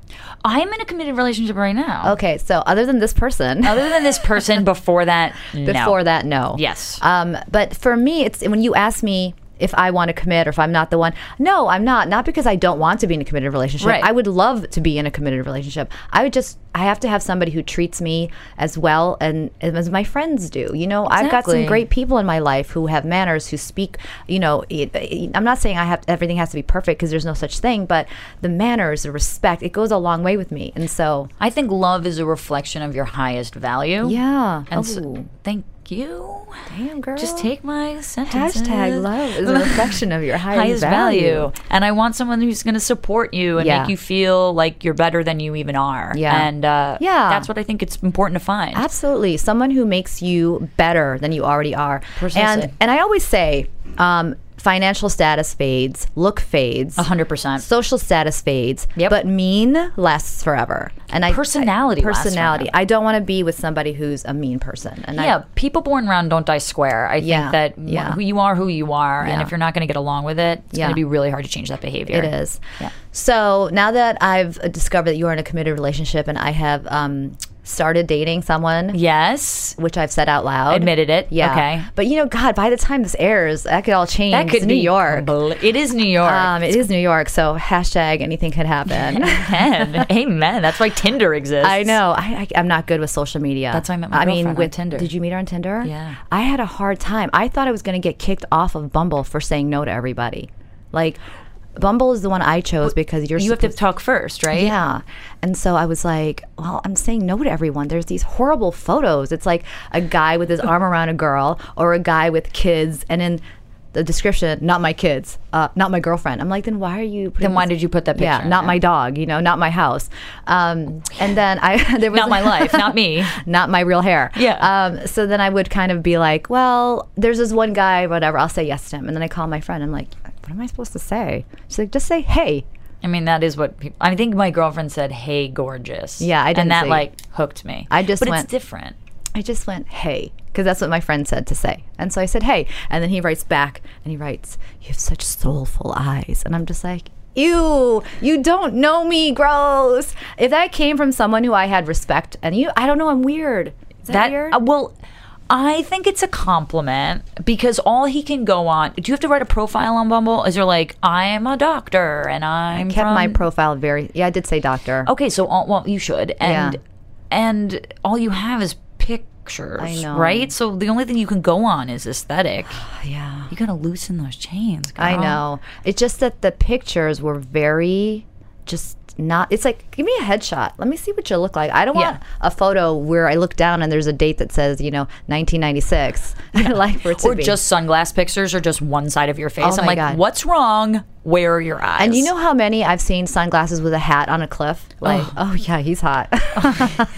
Speaker 2: I'm in a committed relationship right now.
Speaker 1: Okay. So other than this person,
Speaker 2: Other than this person, before that, Uh, no.
Speaker 1: before that, no.
Speaker 2: Yes.
Speaker 1: Um, but for me, it's when you ask me if I want to commit or if I'm not the one. No, I'm not. Not because I don't want to be in a committed relationship.
Speaker 2: Right.
Speaker 1: I would love to be in a committed relationship. I would just I have to have somebody who treats me as well and and as my friends do. You know, I've got some
Speaker 2: Exactly.
Speaker 1: great people in my life who have manners, who speak. You know, it, it- I'm not saying I have everything has to be perfect because there's no such thing, but the manners, the respect, it goes a long way with me. And so,
Speaker 2: I think love is a reflection of your highest value.
Speaker 1: yeah,
Speaker 2: And so, thank you.
Speaker 1: Oh. damn girl,
Speaker 2: Just take my sentence.
Speaker 1: Hashtag love is a reflection of your highest, value.
Speaker 2: And I want someone who's going to support you and
Speaker 1: Yeah.
Speaker 2: make you feel like you're better than you even are.
Speaker 1: Yeah.
Speaker 2: And uh,
Speaker 1: Yeah.
Speaker 2: that's what I think it's important to find.
Speaker 1: Absolutely, someone who makes you better than you already are.
Speaker 2: Precisely.
Speaker 1: And and I always say, um, financial status fades, look fades,
Speaker 2: 100%.
Speaker 1: social status fades,
Speaker 2: Yep.
Speaker 1: but mean lasts forever. And I
Speaker 2: Personality
Speaker 1: I,
Speaker 2: lasts
Speaker 1: personality.
Speaker 2: forever.
Speaker 1: I don't want to be with somebody who's a mean person. And
Speaker 2: yeah, people born round don't die square. I
Speaker 1: Yeah,
Speaker 2: think that wh-
Speaker 1: yeah.
Speaker 2: who you are, who you are, and
Speaker 1: Yeah.
Speaker 2: if you're not going to get along with it, it's
Speaker 1: Yeah.
Speaker 2: going to be really hard to change that behavior.
Speaker 1: I, it is. So now that I've discovered that you are in a committed relationship, and I have um, started dating someone.
Speaker 2: Yes,
Speaker 1: Which I've said out loud.
Speaker 2: Admitted it.
Speaker 1: Yeah.
Speaker 2: Okay.
Speaker 1: But you know, God, by the time this airs, that could all change.
Speaker 2: that could
Speaker 1: It's New
Speaker 2: be
Speaker 1: York.
Speaker 2: bel- It is New York.
Speaker 1: Um, it is New York, so hashtag anything could happen.
Speaker 2: Amen. Amen. That's why Tinder exists.
Speaker 1: I know. I, I, I'm not good with social media.
Speaker 2: That's why I met my girlfriend
Speaker 1: mean,
Speaker 2: on
Speaker 1: with
Speaker 2: Tinder.
Speaker 1: Did you meet her on Tinder?
Speaker 2: Yeah.
Speaker 1: I had a hard time. I thought I was going to get kicked off of Bumble for saying no to everybody. Like, Bumble is the one I chose because you're
Speaker 2: You have to
Speaker 1: supposed
Speaker 2: talk first, right?
Speaker 1: Yeah. And so I was like, well, I'm saying no to everyone. There's these horrible photos. It's like a guy with his arm around a girl or a guy with kids. And in the description, not my kids, uh, not my girlfriend. I'm like, then why are you? putting
Speaker 2: Then why
Speaker 1: this-
Speaker 2: did you put that picture
Speaker 1: Yeah,
Speaker 2: in
Speaker 1: not
Speaker 2: there?
Speaker 1: my dog, you know, not my house. Um, and then I, there was
Speaker 2: Not my life, not me.
Speaker 1: not my real hair.
Speaker 2: Yeah.
Speaker 1: Um, so then I would kind of be like, well, there's this one guy, whatever. I'll say yes to him. And then I call my friend. I'm like, what am I supposed to say? She's like, just say, hey.
Speaker 2: I mean, that is what people. I think my girlfriend said, "Hey, gorgeous."
Speaker 1: Yeah, I didn't
Speaker 2: and that
Speaker 1: see-
Speaker 2: like hooked me.
Speaker 1: I just
Speaker 2: but
Speaker 1: went-
Speaker 2: it's different.
Speaker 1: I just went, hey, because that's what my friend said to say. And so I said, hey. And then he writes back and he writes, you have such soulful eyes. And I'm just like, ew, you don't know me, gross. If that came from someone who I had respect and you, I don't know, I'm weird. Is that, weird?
Speaker 2: uh, well, I think it's a compliment because all he can go on. Do you have to write a profile on Bumble? Is there like I'm a doctor and I'm
Speaker 1: kept my
Speaker 2: from-"
Speaker 1: profile very, yeah, I did say doctor.
Speaker 2: Okay, so all, well, you should, and
Speaker 1: Yeah.
Speaker 2: and all you have is pictures,
Speaker 1: know.
Speaker 2: right? So the only thing you can go on is aesthetic.
Speaker 1: yeah.
Speaker 2: You gotta loosen those chains.
Speaker 1: I
Speaker 2: girl.
Speaker 1: know. It's just that the pictures were very just not it's like give me a headshot let me see what you look like i don't
Speaker 2: Yeah.
Speaker 1: want a photo where i look down and there's a date that says you know 1996 like for it to
Speaker 2: Or
Speaker 1: be. Oh
Speaker 2: just sunglass pictures, or just one side of your face. I'm
Speaker 1: my
Speaker 2: like,
Speaker 1: God.
Speaker 2: what's wrong? Where are your eyes?
Speaker 1: and you know how many i've seen sunglasses with a hat on a cliff like oh, yeah he's hot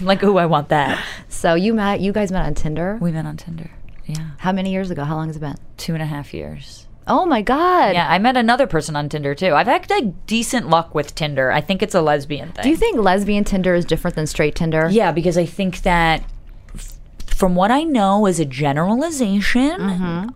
Speaker 2: like, ooh, I want that.
Speaker 1: so you met you guys met on tinder
Speaker 2: We met on Tinder. Yeah,
Speaker 1: how many years ago how long has it been
Speaker 2: two and a half years.
Speaker 1: oh my god
Speaker 2: Yeah, I met another person on Tinder too. I've had like decent luck with Tinder. I think it's a lesbian thing.
Speaker 1: do you think lesbian tinder is different than straight tinder
Speaker 2: yeah, because I think that f- from what I know is a generalization,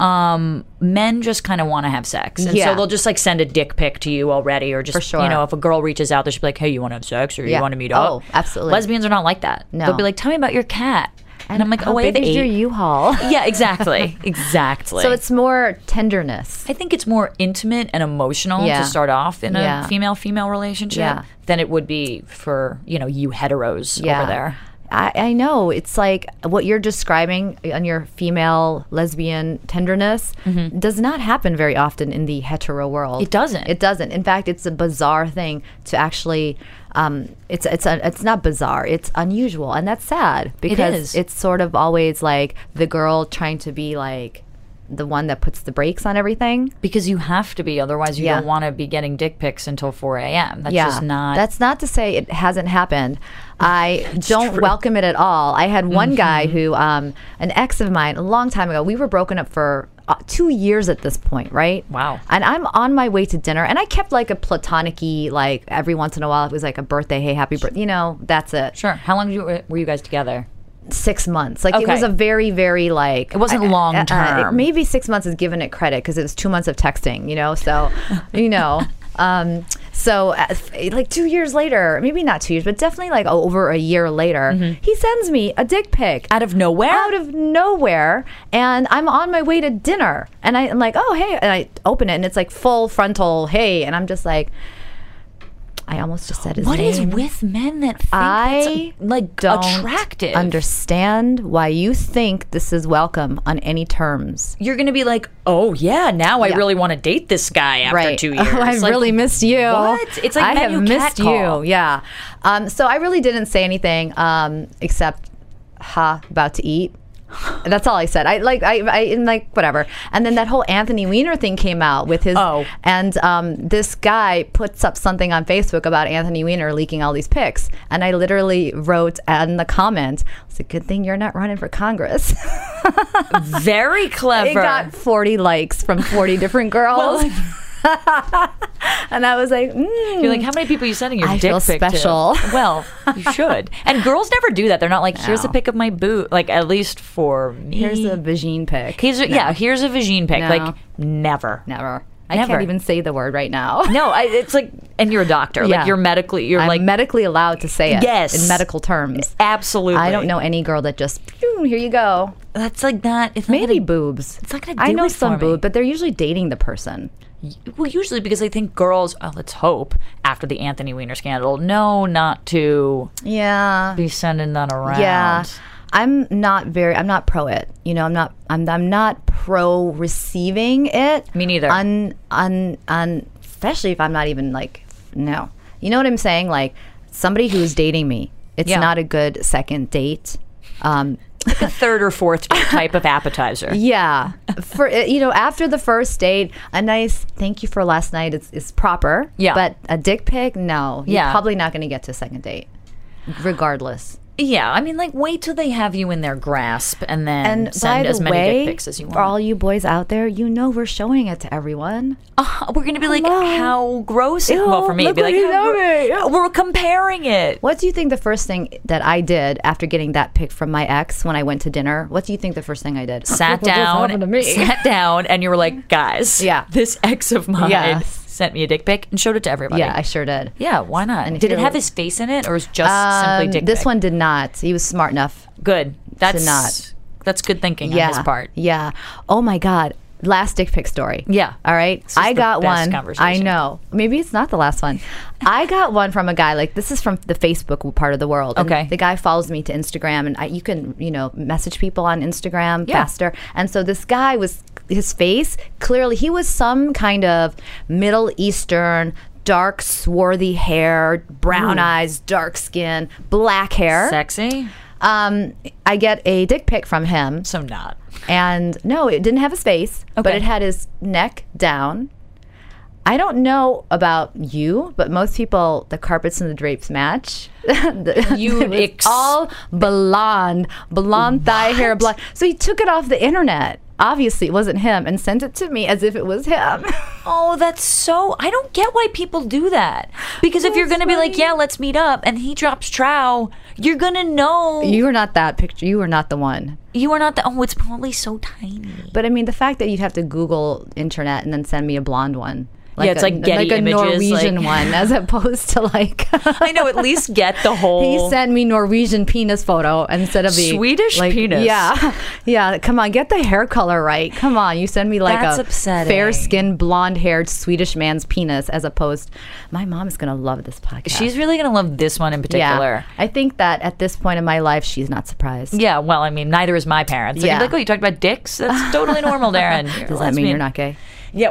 Speaker 2: um, men just kind of want to have sex. And
Speaker 1: Mm-hmm. Yeah.
Speaker 2: so they'll just like send a dick pic to you already or just
Speaker 1: sure.
Speaker 2: you know, if a girl reaches out, they should be like, "Hey, you want to have sex or
Speaker 1: Yeah.
Speaker 2: you want to meet
Speaker 1: Oh,
Speaker 2: up?"
Speaker 1: absolutely.
Speaker 2: Lesbians are not like that.
Speaker 1: No.
Speaker 2: They'll be like, "Tell me about your cat." And, I'm like,
Speaker 1: how
Speaker 2: "Oh, wait,
Speaker 1: big is your u-haul
Speaker 2: Yeah, exactly. exactly.
Speaker 1: so it's more tenderness
Speaker 2: I think it's more intimate and emotional
Speaker 1: Yeah.
Speaker 2: to start off in
Speaker 1: Yeah.
Speaker 2: a female female relationship
Speaker 1: Yeah.
Speaker 2: than it would be for, you know, you heteros over there.
Speaker 1: I, I know. It's like what you're describing on your female lesbian tenderness does not happen very often in the hetero world.
Speaker 2: Mm-hmm. It doesn't.
Speaker 1: It doesn't. In fact, it's a bizarre thing to actually. Um, it's it's a, it's not bizarre. It's unusual, and that's sad because
Speaker 2: is.
Speaker 1: it's sort of always like the girl trying to be like the one that puts the brakes on everything.
Speaker 2: Because you have to be, otherwise you
Speaker 1: Yeah.
Speaker 2: don't want to be getting dick pics until four AM. That's just not
Speaker 1: That's not to say it hasn't happened. I don't welcome it at all. I had
Speaker 2: Mm-hmm.
Speaker 1: one guy who, um, an ex of mine, a long time ago. We were broken up for uh, two years at this point, right?
Speaker 2: Wow.
Speaker 1: And I'm on my way to dinner, and I kept like a platonic-y, like every once in a while, it was like a birthday, hey, happy birthday, you know, that's it.
Speaker 2: sure. How long did you, were you guys together?
Speaker 1: Six months, like it
Speaker 2: Okay.
Speaker 1: was a very, very like it
Speaker 2: wasn't long-term.
Speaker 1: maybe six months is giving it credit because it was two months of texting, you know. So, you know. Um, So, uh, f- like two years later, maybe not two years, but definitely like over a year later, he sends me a dick pic
Speaker 2: Mm-hmm. Out of nowhere?
Speaker 1: Out of nowhere, and I'm on my way to dinner, and I, am like, oh hey, and I open it, and it's like full frontal, hey, and I'm just like, I almost just said his
Speaker 2: What
Speaker 1: name.
Speaker 2: is with men that think
Speaker 1: I
Speaker 2: that's, like
Speaker 1: don't
Speaker 2: attractive?
Speaker 1: Understand why you think this is welcome on any terms.
Speaker 2: You're gonna be like, oh yeah, now I
Speaker 1: Yeah.
Speaker 2: really want to date this guy after
Speaker 1: right.
Speaker 2: two years.
Speaker 1: Oh, I
Speaker 2: Like,
Speaker 1: really missed you.
Speaker 2: What? It's like
Speaker 1: I
Speaker 2: men
Speaker 1: have
Speaker 2: who
Speaker 1: missed
Speaker 2: catcall.
Speaker 1: you. Yeah. Um, so I really didn't say anything um, except ha about to eat. That's all I said. I like I, I and like whatever. And then that whole Anthony Weiner thing came out with his
Speaker 2: Oh.
Speaker 1: and um, this guy puts up something on Facebook about Anthony Weiner leaking all these pics. And I literally wrote in the comment, it's a good thing you're not running for Congress.
Speaker 2: very clever.
Speaker 1: It got 40 likes from 40 different girls. and I was like, mm.
Speaker 2: You're like, how many people are you sending your
Speaker 1: I
Speaker 2: dick
Speaker 1: feel
Speaker 2: pic to?"
Speaker 1: special.
Speaker 2: Well, you should. And girls never do that. They're not like, here's a pic of my boot. Like, at least for me.
Speaker 1: here's a vagine pic.
Speaker 2: Here's a- Yeah, here's a vagine pic.
Speaker 1: No.
Speaker 2: Like, never.
Speaker 1: Never. I
Speaker 2: Never.
Speaker 1: can't even say the word right now.
Speaker 2: No, I, it's like, and you're a doctor.
Speaker 1: Yeah.
Speaker 2: Like, you're medically, you're
Speaker 1: I'm
Speaker 2: like,
Speaker 1: medically allowed to say it.
Speaker 2: Yes.
Speaker 1: In medical terms.
Speaker 2: absolutely.
Speaker 1: I don't know any girl that just, "Phew, here you go.
Speaker 2: That's like not. It's not
Speaker 1: Maybe
Speaker 2: gonna-
Speaker 1: boobs.
Speaker 2: It's not gonna. Do
Speaker 1: I know
Speaker 2: it
Speaker 1: some
Speaker 2: for me.
Speaker 1: boob, but they're usually dating the person.
Speaker 2: Well, usually because I think girls. Oh, let's hope after the Anthony Weiner scandal, no, not to
Speaker 1: Yeah.
Speaker 2: be sending that around.
Speaker 1: Yeah. I'm not very I'm not pro it. You know, I'm not I'm I'm not pro receiving it.
Speaker 2: Me neither.
Speaker 1: Un un un especially if I'm not even like no. You know what I'm saying? Like somebody who's dating me. It's
Speaker 2: Yeah.
Speaker 1: not a good second date. Um
Speaker 2: the third or fourth type of appetizer.
Speaker 1: yeah. For eh, you know, after the first date, a nice thank you for last night is, is proper.
Speaker 2: Yeah.
Speaker 1: But a dick pic, no.
Speaker 2: Yeah.
Speaker 1: You're probably not gonna get to a second date. Regardless.
Speaker 2: Yeah, I mean, like, wait till they have you in their grasp, and then
Speaker 1: And
Speaker 2: send
Speaker 1: by
Speaker 2: as
Speaker 1: the
Speaker 2: many
Speaker 1: way,
Speaker 2: dick pics as you
Speaker 1: for all
Speaker 2: want.
Speaker 1: you boys out there, you know we're showing it to everyone.
Speaker 2: Uh, we're gonna be like,
Speaker 1: Hello.
Speaker 2: how gross!
Speaker 1: Ew,
Speaker 2: well, for me,
Speaker 1: look
Speaker 2: it'd be
Speaker 1: what
Speaker 2: like,
Speaker 1: he's
Speaker 2: how gro-
Speaker 1: having. Yeah.
Speaker 2: we're comparing it.
Speaker 1: What do you think the first thing that I did after getting that pic from my ex when I went to dinner? What do you think the first thing I did?
Speaker 2: Sat down, sat down, and you were like, guys,
Speaker 1: Yeah.
Speaker 2: this ex of mine
Speaker 1: Yes.
Speaker 2: sent me a dick pic and showed it to everybody.
Speaker 1: Yeah, I sure did.
Speaker 2: Yeah, why not?
Speaker 1: And if
Speaker 2: did it
Speaker 1: you're-
Speaker 2: have his face in it, or was just simply
Speaker 1: Um,
Speaker 2: dick?
Speaker 1: this
Speaker 2: pic?
Speaker 1: one did not. He was smart enough.
Speaker 2: good. That's
Speaker 1: not.
Speaker 2: That's good thinking on his part.
Speaker 1: Yeah. Oh my God. Last dick pic story.
Speaker 2: Yeah.
Speaker 1: All right.
Speaker 2: is
Speaker 1: I
Speaker 2: the
Speaker 1: got
Speaker 2: best
Speaker 1: one. I
Speaker 2: conversation.
Speaker 1: know. Maybe it's not the last one. I got one from a guy. Like this is from the Facebook part of the world. and
Speaker 2: Okay.
Speaker 1: The guy follows me to Instagram, and I, you can you know message people on Instagram
Speaker 2: Yeah.
Speaker 1: faster. And so this guy was his face clearly he was some kind of Middle Eastern. Dark, swarthy hair, brown eyes, dark skin, black hair.
Speaker 2: Sexy?
Speaker 1: Um, I get a dick pic from him
Speaker 2: So not.
Speaker 1: and no, it didn't have his face, but
Speaker 2: Okay.
Speaker 1: it had his neck down. I don't know about you, but most people, the carpets and the drapes match. The-
Speaker 2: You
Speaker 1: it was
Speaker 2: ex-
Speaker 1: all blonde, blonde thigh hair, blonde. So he took it off the internet. Obviously, it wasn't him, and sent it to me as if it was him.
Speaker 2: Oh, that's so. I don't get why people do that. Because if you're going to be like, yeah, let's meet up, and he drops trow, you're going to know you,
Speaker 1: you were not that picture. You were not the one.
Speaker 2: are not the. Oh, it's probably so tiny.
Speaker 1: But I mean, the fact that you'd have to Google internet and then send me a blonde one. Like
Speaker 2: Yeah, it's like Getty
Speaker 1: like a
Speaker 2: Images,
Speaker 1: Norwegian
Speaker 2: like-
Speaker 1: one, as opposed to like
Speaker 2: I know, at least get the
Speaker 1: He
Speaker 2: whole.
Speaker 1: sent me Norwegian penis photo instead of the
Speaker 2: Swedish
Speaker 1: like,
Speaker 2: penis.
Speaker 1: Yeah, yeah. Come on, get the hair color right. Come on, you send me like
Speaker 2: That's
Speaker 1: a
Speaker 2: upsetting.
Speaker 1: fair-skinned, blonde-haired Swedish man's penis as opposed. My mom is gonna love this podcast.
Speaker 2: She's really going to love this one in particular.
Speaker 1: yeah. I think that at this point in my life, she's not surprised.
Speaker 2: Yeah. well, I mean, neither is my parents. Like,
Speaker 1: Yeah.
Speaker 2: Like, oh, you talked about dicks? That's totally normal, Darren.
Speaker 1: Does that mean you're not gay?
Speaker 2: Yeah,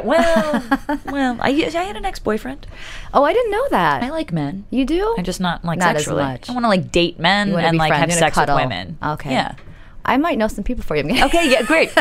Speaker 2: well, well, I, I had an ex boyfriend.
Speaker 1: Oh, I didn't know that.
Speaker 2: I like men.
Speaker 1: you do.
Speaker 2: I'm just not like
Speaker 1: Not as
Speaker 2: sexually.
Speaker 1: much.
Speaker 2: I want to like date men
Speaker 1: You wanna
Speaker 2: and
Speaker 1: be
Speaker 2: like
Speaker 1: friends.
Speaker 2: have
Speaker 1: You wanna
Speaker 2: sex
Speaker 1: cuddle.
Speaker 2: with women.
Speaker 1: Okay.
Speaker 2: Yeah.
Speaker 1: I might know some people for you.
Speaker 2: Okay. Yeah. Great.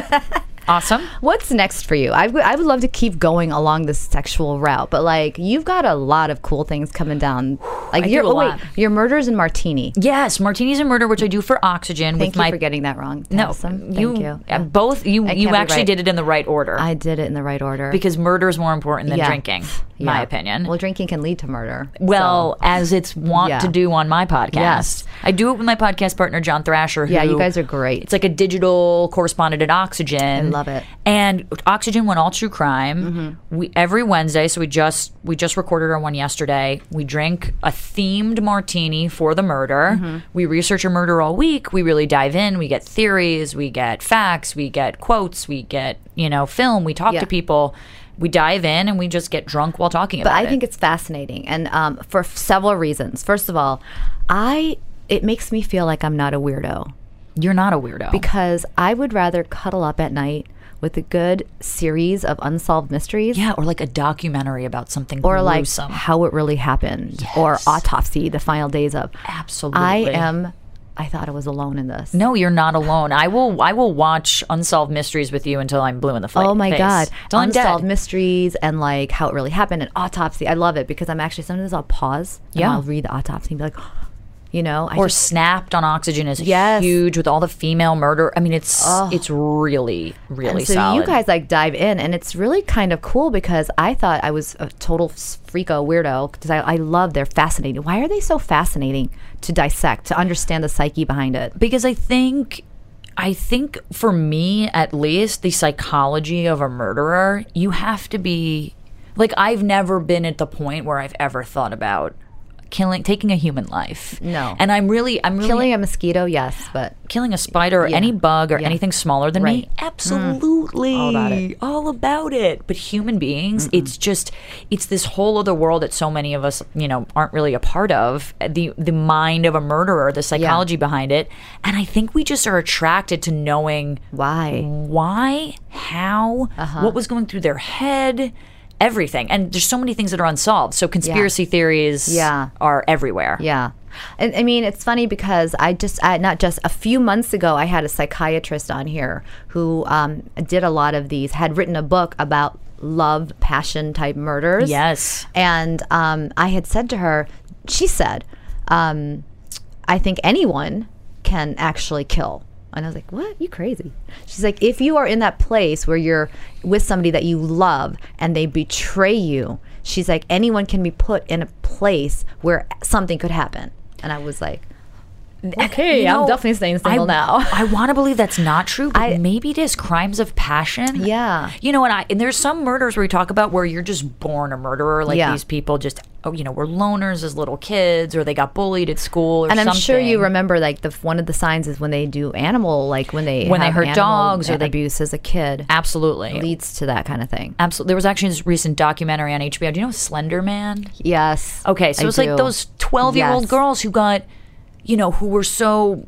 Speaker 2: awesome.
Speaker 1: What's next for you? I would- I would love to keep going along this sexual route, but like you've got a lot of cool things coming down. Like
Speaker 2: I
Speaker 1: your
Speaker 2: do a
Speaker 1: oh, wait,
Speaker 2: lot.
Speaker 1: your murders and martini.
Speaker 2: Yes, martinis and murder, which I do for oxygen
Speaker 1: Thank
Speaker 2: with
Speaker 1: you
Speaker 2: my.
Speaker 1: for getting that wrong.
Speaker 2: no,
Speaker 1: Tabitha. thank
Speaker 2: you.
Speaker 1: you.
Speaker 2: uh,
Speaker 1: Yeah.
Speaker 2: Both you.
Speaker 1: I
Speaker 2: You
Speaker 1: can't be
Speaker 2: actually
Speaker 1: right.
Speaker 2: did it in the right order
Speaker 1: I did it in the right order.
Speaker 2: because murder is more important than
Speaker 1: Yeah.
Speaker 2: drinking. My
Speaker 1: Yeah.
Speaker 2: opinion.
Speaker 1: Well, drinking can lead to murder.
Speaker 2: Well,
Speaker 1: so-
Speaker 2: as it's want
Speaker 1: Yeah.
Speaker 2: to do on my podcast.
Speaker 1: Yes.
Speaker 2: I do it with my podcast partner, John Thrasher. Who
Speaker 1: Yeah, you guys are great.
Speaker 2: It's like a digital correspondent at Oxygen.
Speaker 1: love it. Mm-hmm.
Speaker 2: And Oxygen went all true crime. We every Wednesday, so we just we just recorded our one yesterday. We drink a themed martini for the murder.
Speaker 1: Mm-hmm.
Speaker 2: We research a murder all week. We really dive in. We get theories. We get facts. We get quotes. We get you know film. We talk
Speaker 1: Yeah.
Speaker 2: to people. We dive in and we just get drunk while talking about
Speaker 1: But I
Speaker 2: it.
Speaker 1: think it's fascinating, and um, for f- several reasons. First of all, I it makes me feel like I'm not a weirdo
Speaker 2: you're not a weirdo.
Speaker 1: because I would rather cuddle up at night with a good series of unsolved mysteries.
Speaker 2: yeah, or like a documentary about something
Speaker 1: Or like
Speaker 2: gruesome.
Speaker 1: how it really happened, or autopsy, the final days of.
Speaker 2: Absolutely.
Speaker 1: I am. I thought I was alone in this.
Speaker 2: No, you're not alone. I will. I will watch unsolved mysteries with you until I'm blue in the face.
Speaker 1: Oh my god!
Speaker 2: Till I'm
Speaker 1: Unsolved
Speaker 2: dead.
Speaker 1: mysteries and like how it really happened and autopsy. I love it because I'm actually sometimes I'll pause. and
Speaker 2: Yeah.
Speaker 1: I'll read the autopsy and be like, you know, I
Speaker 2: Or
Speaker 1: just,
Speaker 2: snapped on oxygen is
Speaker 1: Yes.
Speaker 2: huge with all the female murder. I mean, it's it's really really
Speaker 1: and so
Speaker 2: solid.
Speaker 1: you guys like dive in and it's really kind of cool because I thought I was a total s- freako weirdo because I, I love they're fascinating. Why are they so fascinating to dissect to understand the psyche behind it?
Speaker 2: because I think I think for me at least the psychology of a murderer you have to be like I've never been at the point where I've ever thought about killing taking a human life
Speaker 1: No.
Speaker 2: and I'm really I'm really
Speaker 1: Killing a mosquito, yes, but
Speaker 2: killing a spider or any bug or anything smaller than
Speaker 1: Right. Mm.
Speaker 2: me absolutely all
Speaker 1: about it.
Speaker 2: all about it but human beings it's just it's this whole other world that so many of us you know aren't really a part of the the mind of a murderer the psychology behind it and i think we just are attracted to knowing Mm.
Speaker 1: why? Uh-huh.
Speaker 2: why how what was going through their head everything and there's so many things that are unsolved so conspiracy theories
Speaker 1: Yeah.
Speaker 2: are everywhere
Speaker 1: Yeah. And I mean, it's funny because I just, I, not just a few months ago, I had a psychiatrist on here who um, did a lot of these, had written a book about love, passion type murders.
Speaker 2: Yes.
Speaker 1: And um, I had said to her, she said, um, I think anyone can actually kill. And I was like, what? You crazy. She's like, if you are in that place where you're with somebody that you love and they betray you, she's like, anyone can be put in a place where something could happen. And I was like, okay,
Speaker 2: You
Speaker 1: I'm
Speaker 2: know,
Speaker 1: definitely staying single
Speaker 2: I,
Speaker 1: now.
Speaker 2: I want to believe that's not true, but
Speaker 1: I-
Speaker 2: maybe it is crimes of passion.
Speaker 1: Yeah.
Speaker 2: You know, and I and there's some murders where we talk about where you're just born a murderer, like
Speaker 1: Yeah.
Speaker 2: these people just oh, you know, were loners as little kids or they got bullied at school or
Speaker 1: and I'm sure you
Speaker 2: something.
Speaker 1: remember, like the one of the signs is when they do animal, like when they
Speaker 2: When they
Speaker 1: have
Speaker 2: hurt
Speaker 1: animal
Speaker 2: dogs or they-
Speaker 1: abuse as a kid,
Speaker 2: Absolutely.
Speaker 1: leads to that kind of thing.
Speaker 2: Absolutely. There was actually this recent documentary on HBO. Do you know Slender Man?
Speaker 1: Yes.
Speaker 2: Okay, so
Speaker 1: I
Speaker 2: it's
Speaker 1: do.
Speaker 2: like those 12 year old
Speaker 1: Yes.
Speaker 2: girls who got, you know, who were so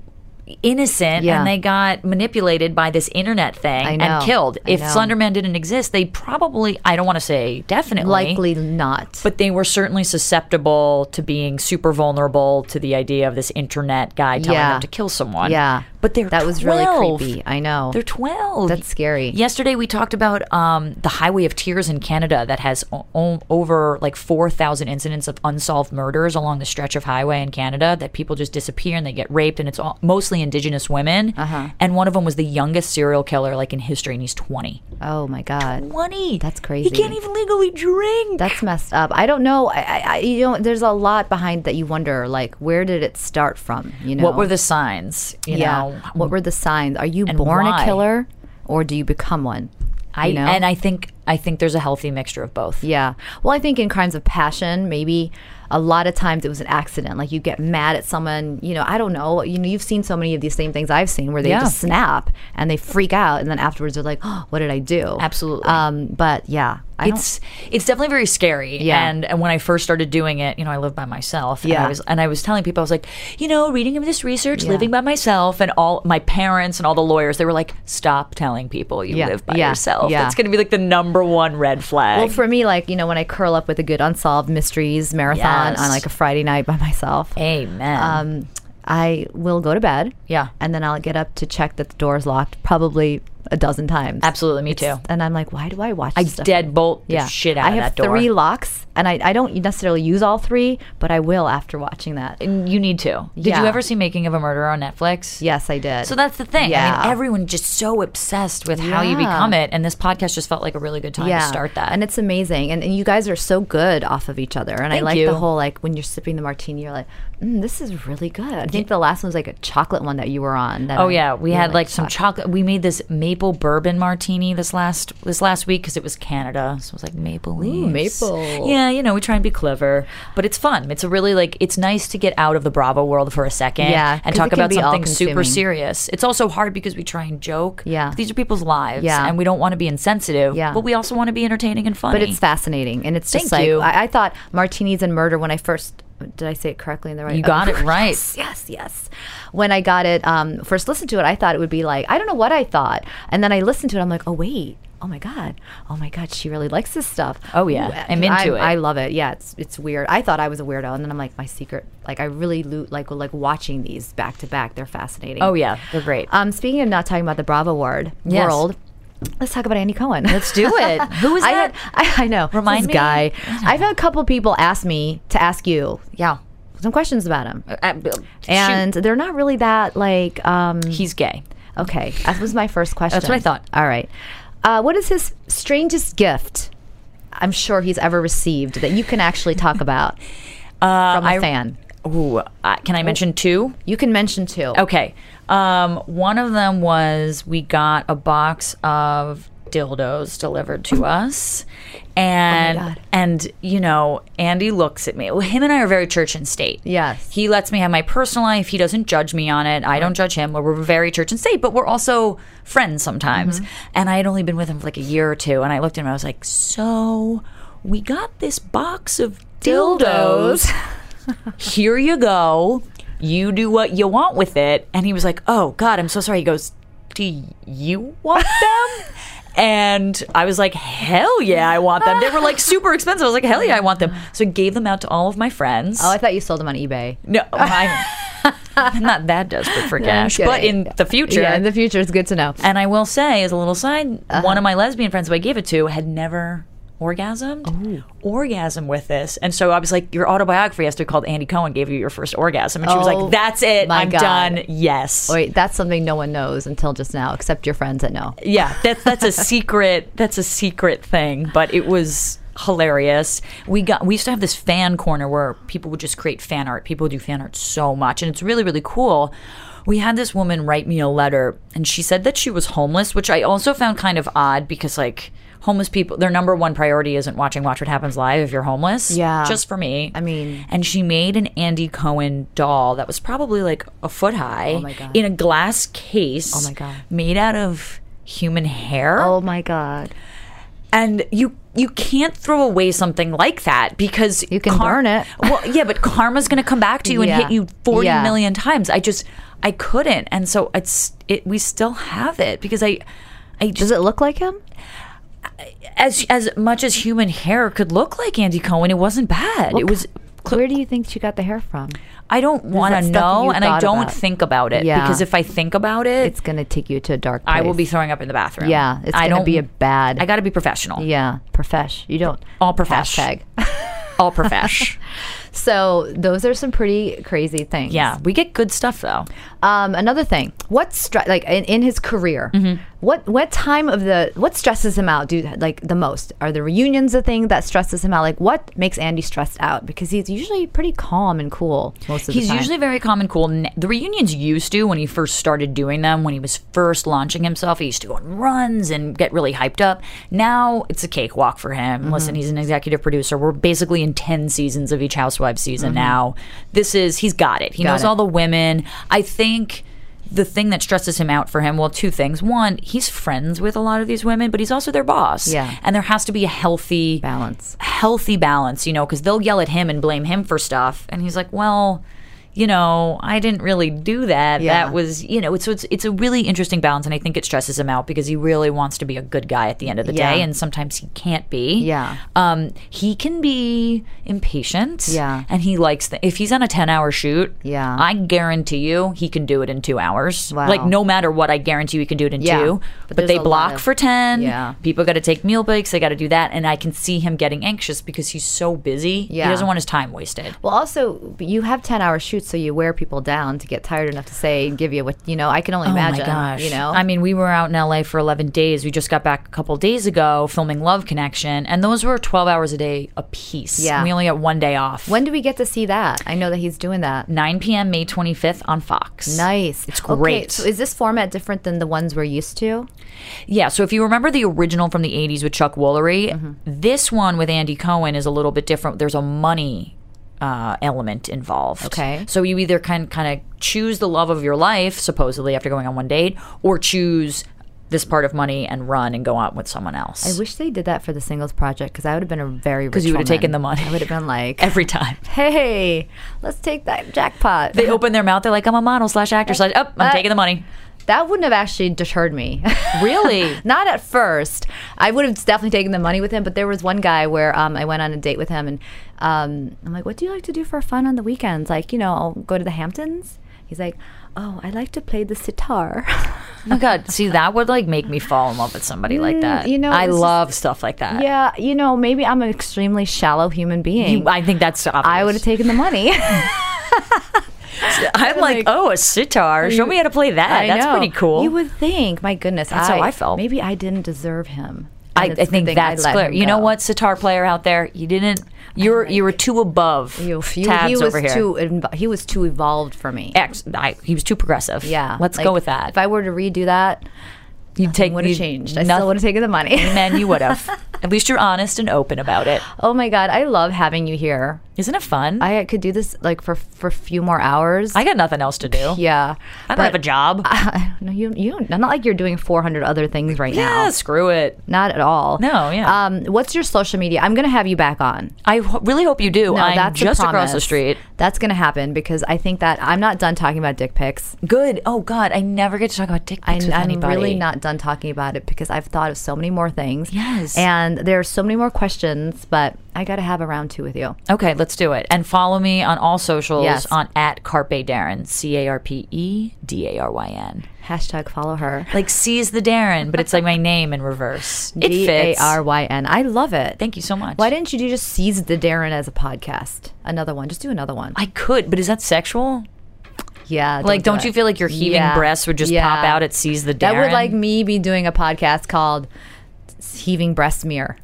Speaker 2: innocent
Speaker 1: Yeah.
Speaker 2: and they got manipulated by this internet thing
Speaker 1: I know,
Speaker 2: and killed.
Speaker 1: I
Speaker 2: if
Speaker 1: know.
Speaker 2: Slenderman didn't exist, they probably, I don't want to say definitely,
Speaker 1: Likely not.
Speaker 2: but they were certainly susceptible to being super vulnerable to the idea of this internet guy telling
Speaker 1: Yeah.
Speaker 2: them to kill someone.
Speaker 1: Yeah.
Speaker 2: But they're
Speaker 1: That was really
Speaker 2: 12.
Speaker 1: creepy. I know.
Speaker 2: They're 12.
Speaker 1: That's scary.
Speaker 2: Yesterday we talked about um, the Highway of Tears in Canada that has o- o- over like 4,000 incidents of unsolved murders along the stretch of highway in Canada that people just disappear and they get raped and it's all, mostly indigenous women.
Speaker 1: Uh-huh.
Speaker 2: And one of them was the youngest serial killer like in history and he's 20.
Speaker 1: Oh my god.
Speaker 2: 20.
Speaker 1: That's
Speaker 2: He
Speaker 1: crazy.
Speaker 2: can't even legally drink.
Speaker 1: That's messed up. I don't know. I, I, I you know, there's a lot behind that. You wonder, like, where did it start from? You know,
Speaker 2: what were the signs? You
Speaker 1: yeah?
Speaker 2: know,
Speaker 1: what were the signs? Are you born
Speaker 2: why?
Speaker 1: a killer, or do you become one?
Speaker 2: I
Speaker 1: you know?
Speaker 2: and I think I think there's a healthy mixture of both.
Speaker 1: Yeah. Well, I think in crimes of passion, maybe a lot of times it was an accident. Like you get mad at someone, you know, I don't know. You know, you've seen so many of these same things I've seen where they
Speaker 2: Yeah.
Speaker 1: just snap and they freak out, and then afterwards they're like, "Oh, what did I do?"
Speaker 2: Absolutely.
Speaker 1: Um, but yeah, I don't-
Speaker 2: it's it's definitely very scary.
Speaker 1: Yeah.
Speaker 2: And and when I first started doing it, you know, I lived by myself. And
Speaker 1: Yeah.
Speaker 2: I was and I was telling people, I was like, you know, reading of this research, living by myself, and all my parents and all the lawyers, they were like, Stop telling people you
Speaker 1: Yeah.
Speaker 2: live by
Speaker 1: Yeah.
Speaker 2: yourself.
Speaker 1: Yeah.
Speaker 2: That's gonna be like the number one red flag.
Speaker 1: Well, for me, like you know, when I curl up with a good unsolved mysteries marathon
Speaker 2: Yes.
Speaker 1: on like a Friday night by myself,
Speaker 2: Amen.
Speaker 1: um, I will go to bed.
Speaker 2: Yeah.
Speaker 1: and then I'll get up to check that the door's locked, probably a dozen times.
Speaker 2: Absolutely, me too.
Speaker 1: And I'm like, why do I watch?
Speaker 2: I
Speaker 1: this stuff?
Speaker 2: deadbolt the shit out
Speaker 1: I
Speaker 2: of
Speaker 1: have
Speaker 2: that door.
Speaker 1: three locks, and I, I don't necessarily use all three, but I will after watching that.
Speaker 2: you need to. Did
Speaker 1: Yeah.
Speaker 2: you ever see Making of a Murderer on Netflix?
Speaker 1: Yes, I did.
Speaker 2: So that's the thing. I
Speaker 1: Yeah.
Speaker 2: mean, everyone's just so obsessed with how you
Speaker 1: Yeah.
Speaker 2: become it, and this podcast just felt like a really good time to start that.
Speaker 1: and it's amazing. And, and you guys are so good off of each other. And I
Speaker 2: Thank
Speaker 1: like
Speaker 2: you.
Speaker 1: the whole like when you're sipping the martini, you're like, mm, this is really good. I think the last one was like a chocolate one that you were on. That
Speaker 2: Oh
Speaker 1: I
Speaker 2: yeah, we
Speaker 1: really
Speaker 2: had like
Speaker 1: liked
Speaker 2: some chocolate. We made this ma- maple bourbon martini this last this last week because it was Canada, so it was like maple leaves.
Speaker 1: maple.
Speaker 2: Yeah, you know, we try and be clever, but it's fun. It's a really like it's nice to get out of the Bravo world for a second.
Speaker 1: Yeah, 'cause
Speaker 2: and
Speaker 1: it
Speaker 2: talk
Speaker 1: can
Speaker 2: about
Speaker 1: be
Speaker 2: something super
Speaker 1: all-consuming.
Speaker 2: serious. It's also hard because we try and joke.
Speaker 1: Yeah.
Speaker 2: these are people's lives.
Speaker 1: Yeah.
Speaker 2: and we don't want to be insensitive.
Speaker 1: Yeah.
Speaker 2: but we also want to be entertaining and funny.
Speaker 1: But it's fascinating, and it's just
Speaker 2: Thank
Speaker 1: like
Speaker 2: you.
Speaker 1: I, I thought martinis and murder when I first did I say it correctly in the right.
Speaker 2: You got it right.
Speaker 1: Yes, yes, yes. When I got it um, first listened to it, I thought it would be like I don't know what I thought, and then I listened to it. I'm like, oh wait, oh my god, oh my god, she really likes this stuff.
Speaker 2: Oh, yeah.
Speaker 1: Ooh,
Speaker 2: I'm into it.
Speaker 1: I love it. Yeah, it's it's weird. I thought I was a weirdo, and then I'm like, my secret. Like I really lo- like like watching these back to back. They're fascinating.
Speaker 2: oh yeah, they're great.
Speaker 1: Um, speaking of not talking about the Bravo Award
Speaker 2: Yes.
Speaker 1: world, let's talk about Andy Cohen.
Speaker 2: Let's do it. Who is
Speaker 1: I
Speaker 2: that?
Speaker 1: had, I, I know.
Speaker 2: Remind
Speaker 1: this
Speaker 2: me.
Speaker 1: guy. I've had a couple people ask me to ask you
Speaker 2: yeah,
Speaker 1: some questions about him,
Speaker 2: Uh,
Speaker 1: and they're not really that like. Um,
Speaker 2: shoot. he's gay.
Speaker 1: okay, that was my first question.
Speaker 2: what I thought.
Speaker 1: All right, uh, what is his strangest gift? I'm sure he's ever received that you can actually talk about from a
Speaker 2: Uh, I-
Speaker 1: fan. Oh.
Speaker 2: Ooh, uh, can I mention two?
Speaker 1: You can mention two.
Speaker 2: Okay. Um, one of them was we got a box of dildos delivered to us. And
Speaker 1: Oh God.
Speaker 2: and you know, Andy looks at me. Well, him and I are very church and state.
Speaker 1: Yes.
Speaker 2: He lets me have my personal life. He doesn't judge me on it. I don't judge him. We're we're very church and state, but we're also friends sometimes.
Speaker 1: Mm-hmm.
Speaker 2: And I had only been with him for like a year or two and I looked at him and I was like, "So, we got this box of dildos here you go. You do what you want with it. And he was like, Oh, God, I'm so sorry. He goes, Do you want them? and I was like, Hell yeah, I want them. They were like super expensive. I was like, Hell yeah, I want them. So I gave them out to all of my friends.
Speaker 1: Oh, I thought you sold them on eBay.
Speaker 2: no, I'm, I'm not that desperate for cash, but
Speaker 1: kidding.
Speaker 2: in the future.
Speaker 1: Yeah, in the future, it's good to know.
Speaker 2: and I will say, as a little side,
Speaker 1: Uh-huh.
Speaker 2: one of my lesbian friends who I gave it to had never orgasmed. Orgasm with this. And so I was like, Your autobiography has to be called Andy Cohen gave you your first orgasm. And she was
Speaker 1: Oh,
Speaker 2: like, That's it.
Speaker 1: my
Speaker 2: I'm
Speaker 1: God.
Speaker 2: done. Yes.
Speaker 1: Wait, that's something no one knows until just now, except your friends that know.
Speaker 2: Yeah. That's that's a secret that's a secret thing. But it was hilarious. We got we used to have this fan corner where people would just create fan art. People do fan art so much and it's really, really cool. We had this woman write me a letter and she said that she was homeless, which I also found kind of odd because like homeless people their number one priority isn't watching Watch What Happens Live if you're homeless.
Speaker 1: Yeah.
Speaker 2: Just for me.
Speaker 1: I mean-
Speaker 2: And she made an Andy Cohen doll that was probably like a foot high
Speaker 1: Oh my God.
Speaker 2: in a glass case.
Speaker 1: Oh my God.
Speaker 2: Made out of human hair.
Speaker 1: Oh my God.
Speaker 2: And you you can't throw away something like that because
Speaker 1: You can burn it.
Speaker 2: well, yeah, but karma's going to come back to you and
Speaker 1: Yeah.
Speaker 2: hit you forty million
Speaker 1: Yeah.
Speaker 2: times. I just I couldn't. And so it's it we still have it because I I
Speaker 1: Does
Speaker 2: just
Speaker 1: it look like him?
Speaker 2: as as much as human hair could look like Andy Cohen, it wasn't bad. it was
Speaker 1: Where do you think she got the hair from?
Speaker 2: I don't want
Speaker 1: that
Speaker 2: to
Speaker 1: stuff that
Speaker 2: know,
Speaker 1: you
Speaker 2: and I
Speaker 1: thought
Speaker 2: don't
Speaker 1: about?
Speaker 2: think about it
Speaker 1: Yeah.
Speaker 2: because if I think about it,
Speaker 1: It's going to take you to a dark place.
Speaker 2: I will be throwing up in the bathroom.
Speaker 1: Yeah, it's
Speaker 2: I
Speaker 1: gonna
Speaker 2: don't-
Speaker 1: be a bad-
Speaker 2: I got to be professional.
Speaker 1: Yeah, profesh. You don't.
Speaker 2: All profesh.
Speaker 1: Hashtag.
Speaker 2: all profesh.
Speaker 1: So those are some pretty crazy things.
Speaker 2: yeah, we get good stuff though.
Speaker 1: Um, another thing, what stre- like in, in his career,
Speaker 2: Mm-hmm.
Speaker 1: what what time of the what stresses him out? Do like the most? Are the reunions a thing that stresses him out? Like what makes Andy stressed out? Because he's usually pretty calm and cool most of the
Speaker 2: He's
Speaker 1: time.
Speaker 2: usually very calm and cool. N- The reunions used to when he first started doing them, when he was first launching himself, he used to go on runs and get really hyped up. Now it's a cakewalk for him. Listen, he's an executive producer. We're basically in ten seasons of each Housewives season now. This is he's Mm-hmm. got it. He knows
Speaker 1: it.
Speaker 2: all the women. I think. The thing that stresses him out for him, well, two things. One, he's friends with a lot of these women, but he's also their boss.
Speaker 1: Yeah.
Speaker 2: And there has to be a healthy
Speaker 1: balance.
Speaker 2: healthy balance, you know, because they'll yell at him and blame him for stuff, and he's like, well. You know, I didn't really do that.
Speaker 1: Yeah.
Speaker 2: That was, you know, it's, so it's it's a really interesting balance, and I think it stresses him out because he really wants to be a good guy at the end of the
Speaker 1: Yeah.
Speaker 2: day, and sometimes he can't be.
Speaker 1: Yeah.
Speaker 2: um, he can be impatient.
Speaker 1: Yeah.
Speaker 2: and he likes the, if he's on a ten hour shoot.
Speaker 1: Yeah.
Speaker 2: I guarantee you he can do it in two hours.
Speaker 1: Wow.
Speaker 2: Like no matter what, I guarantee you he can do it in
Speaker 1: Yeah.
Speaker 2: two. But,
Speaker 1: But
Speaker 2: they
Speaker 1: there's a lot
Speaker 2: block
Speaker 1: of-
Speaker 2: for ten.
Speaker 1: Yeah.
Speaker 2: People got to take meal breaks. They got to do that. And I can see him getting anxious because he's so busy. He
Speaker 1: Yeah.
Speaker 2: doesn't want his time wasted.
Speaker 1: Well, also you have ten hour shoots, so you wear people down to get tired enough to say and give you what you know. I can only
Speaker 2: Oh
Speaker 1: imagine.
Speaker 2: my gosh.
Speaker 1: You know,
Speaker 2: I mean, we were out in LA for 11 days. We just got back a couple days ago filming Love Connection, and those were 12 hours a day a piece.
Speaker 1: Yeah.
Speaker 2: We only got one day off.
Speaker 1: when do we get to see that? I know that he's doing that.
Speaker 2: 9 p.m. May 25th on Fox.
Speaker 1: Nice.
Speaker 2: It's
Speaker 1: Okay,
Speaker 2: great.
Speaker 1: so is this format different than the ones we're used to?
Speaker 2: Yeah, so if you remember the original from the 80s with Chuck Woolery,
Speaker 1: Mm-hmm.
Speaker 2: this one with Andy Cohen is a little bit different. There's a money uh, element involved.
Speaker 1: Okay.
Speaker 2: So you either can kind of choose the love of your life, supposedly after going on one date, or choose this part of money and run and go out with someone else.
Speaker 1: I wish they did that for the singles project because I would have been a very because
Speaker 2: you would've taken the money.
Speaker 1: I would have been like,
Speaker 2: Every time.
Speaker 1: "Hey, let's take that jackpot."
Speaker 2: They open their mouth, they're like, I'm a model slash actor slash, oh, I'm
Speaker 1: Uh,
Speaker 2: taking the money.
Speaker 1: that wouldn't have actually deterred me.
Speaker 2: Really?
Speaker 1: Not at first. I would have definitely taken the money with him, but there was one guy where um, I went on a date with him, and um, I'm like, "What do you like to do for fun on the weekends? Like, you know, I'll go to the Hamptons." He's like, "Oh, I like to play the sitar."
Speaker 2: Oh my God. See, that would like make me fall in love with somebody like that.
Speaker 1: Mm, you know,
Speaker 2: I
Speaker 1: it's just-
Speaker 2: love stuff like that.
Speaker 1: yeah, you know, maybe I'm an extremely shallow human being.
Speaker 2: You- I think that's obvious.
Speaker 1: I would have taken the money.
Speaker 2: I'm like,
Speaker 1: like,
Speaker 2: oh, a sitar. Show me how to play that.
Speaker 1: I
Speaker 2: That's
Speaker 1: know.
Speaker 2: pretty cool.
Speaker 1: You would think, my goodness,
Speaker 2: That's
Speaker 1: I,
Speaker 2: how I felt.
Speaker 1: Maybe I didn't deserve him.
Speaker 2: I,
Speaker 1: And it's
Speaker 2: I
Speaker 1: a good
Speaker 2: think
Speaker 1: thing I
Speaker 2: that's
Speaker 1: let
Speaker 2: clear.
Speaker 1: him
Speaker 2: You know
Speaker 1: go.
Speaker 2: what, sitar player out there, you didn't. You're you were too above
Speaker 1: You, you,
Speaker 2: tabs
Speaker 1: he was
Speaker 2: over here.
Speaker 1: too inv- he was too evolved for me.
Speaker 2: Ex- I- he was too progressive.
Speaker 1: Yeah,
Speaker 2: let's
Speaker 1: like,
Speaker 2: go with that.
Speaker 1: If I were to redo that,
Speaker 2: you
Speaker 1: it would have changed. I still would have taken the money.
Speaker 2: Man, you would have. At least you're honest and open about it.
Speaker 1: oh my god, I love having you here.
Speaker 2: Isn't it fun?
Speaker 1: I could do this like for for a few more hours.
Speaker 2: I got nothing else to do.
Speaker 1: yeah,
Speaker 2: I don't have a job.
Speaker 1: no, you you don't, not like you're doing 400 other things right now.
Speaker 2: yeah, screw it.
Speaker 1: Not at all.
Speaker 2: No, yeah.
Speaker 1: Um, what's your social media? I'm gonna have you back on.
Speaker 2: I ho- really hope you do.
Speaker 1: No,
Speaker 2: I'm
Speaker 1: that's a
Speaker 2: just across
Speaker 1: promise.
Speaker 2: the street.
Speaker 1: That's gonna happen because I think that I'm not done talking about dick pics.
Speaker 2: Good. Oh God, I never get to talk about dick pics
Speaker 1: I,
Speaker 2: with
Speaker 1: I'm
Speaker 2: anybody.
Speaker 1: really not done talking about it because I've thought of so many more things.
Speaker 2: Yes.
Speaker 1: And there are so many more questions, but I got to have a round two with you.
Speaker 2: Okay, let's do it. And follow me on all socials
Speaker 1: Yes.
Speaker 2: on at Carpe Darren, C A R P E D A R Y N.
Speaker 1: Hashtag follow her.
Speaker 2: Like seize the Darren, but it's like my name in reverse. It
Speaker 1: D A
Speaker 2: fits.
Speaker 1: R Y N. I love it.
Speaker 2: Thank you so much.
Speaker 1: Why didn't you do just seize the Darren as a podcast? Another one. Just do another one.
Speaker 2: I could, but is that sexual?
Speaker 1: yeah.
Speaker 2: Like, don't
Speaker 1: do
Speaker 2: you
Speaker 1: it.
Speaker 2: feel like your heaving
Speaker 1: Yeah.
Speaker 2: breasts would just
Speaker 1: Yeah.
Speaker 2: pop out at seize the Darren?
Speaker 1: That would like me be doing a podcast called Heaving Breast Mirror.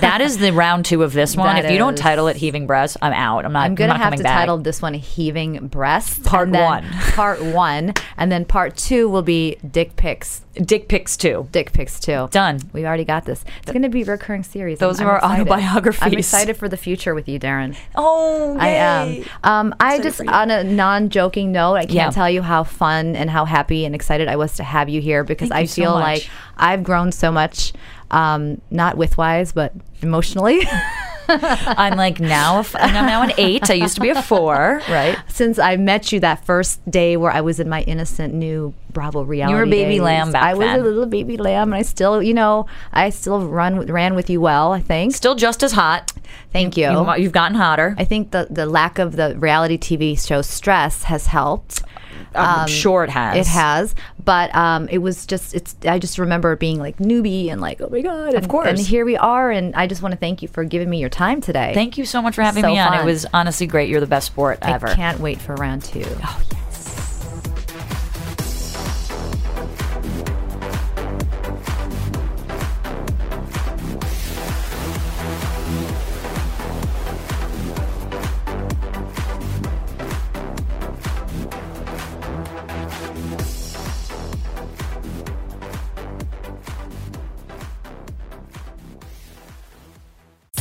Speaker 2: that is the round two of this one.
Speaker 1: That
Speaker 2: if you don't
Speaker 1: is-
Speaker 2: title it heaving breasts, I'm out. I'm not.
Speaker 1: I'm gonna
Speaker 2: not
Speaker 1: have
Speaker 2: coming
Speaker 1: to
Speaker 2: back.
Speaker 1: title this one "Heaving Breasts."
Speaker 2: Part
Speaker 1: and then
Speaker 2: one.
Speaker 1: part one, and then part two will be dick pics.
Speaker 2: dick pics too.
Speaker 1: Dick pics too.
Speaker 2: Done.
Speaker 1: We already got this. It's going to be a recurring series.
Speaker 2: Those
Speaker 1: I'm-
Speaker 2: are
Speaker 1: I'm
Speaker 2: our
Speaker 1: excited.
Speaker 2: autobiographies.
Speaker 1: I'm excited for the future with you, Darren.
Speaker 2: Oh,
Speaker 1: I am.
Speaker 2: yay.
Speaker 1: Um, I just, on a non-joking note, I can't
Speaker 2: Yeah.
Speaker 1: tell you how fun and how happy and excited I was to have you here because
Speaker 2: Thank
Speaker 1: I
Speaker 2: you so
Speaker 1: feel
Speaker 2: much.
Speaker 1: like I've grown so much, um, not with wise, but emotionally.
Speaker 2: I'm like now. a f- I'm now an eight. I used to be a four. Right.
Speaker 1: since I met you that first day where I was in my innocent new Bravo reality.
Speaker 2: a baby
Speaker 1: days.
Speaker 2: lamb back
Speaker 1: I was
Speaker 2: then.
Speaker 1: a little baby lamb, and I still, you know, I still run ran with you well. I think.
Speaker 2: Still just as hot.
Speaker 1: Thank you.
Speaker 2: You- You've gotten hotter.
Speaker 1: I think the the lack of the reality TV show stress has helped.
Speaker 2: I'm sure it has.
Speaker 1: Um, It has, but um, it was just it's. I just remember it being like newbie and like oh my god, and, of
Speaker 2: course.
Speaker 1: And here we are, and I just want to thank you for giving me your time today.
Speaker 2: Thank you so much for having
Speaker 1: So
Speaker 2: me on. It
Speaker 1: fun.
Speaker 2: was honestly great. You're the best sport
Speaker 1: I
Speaker 2: ever.
Speaker 1: can't wait for round two.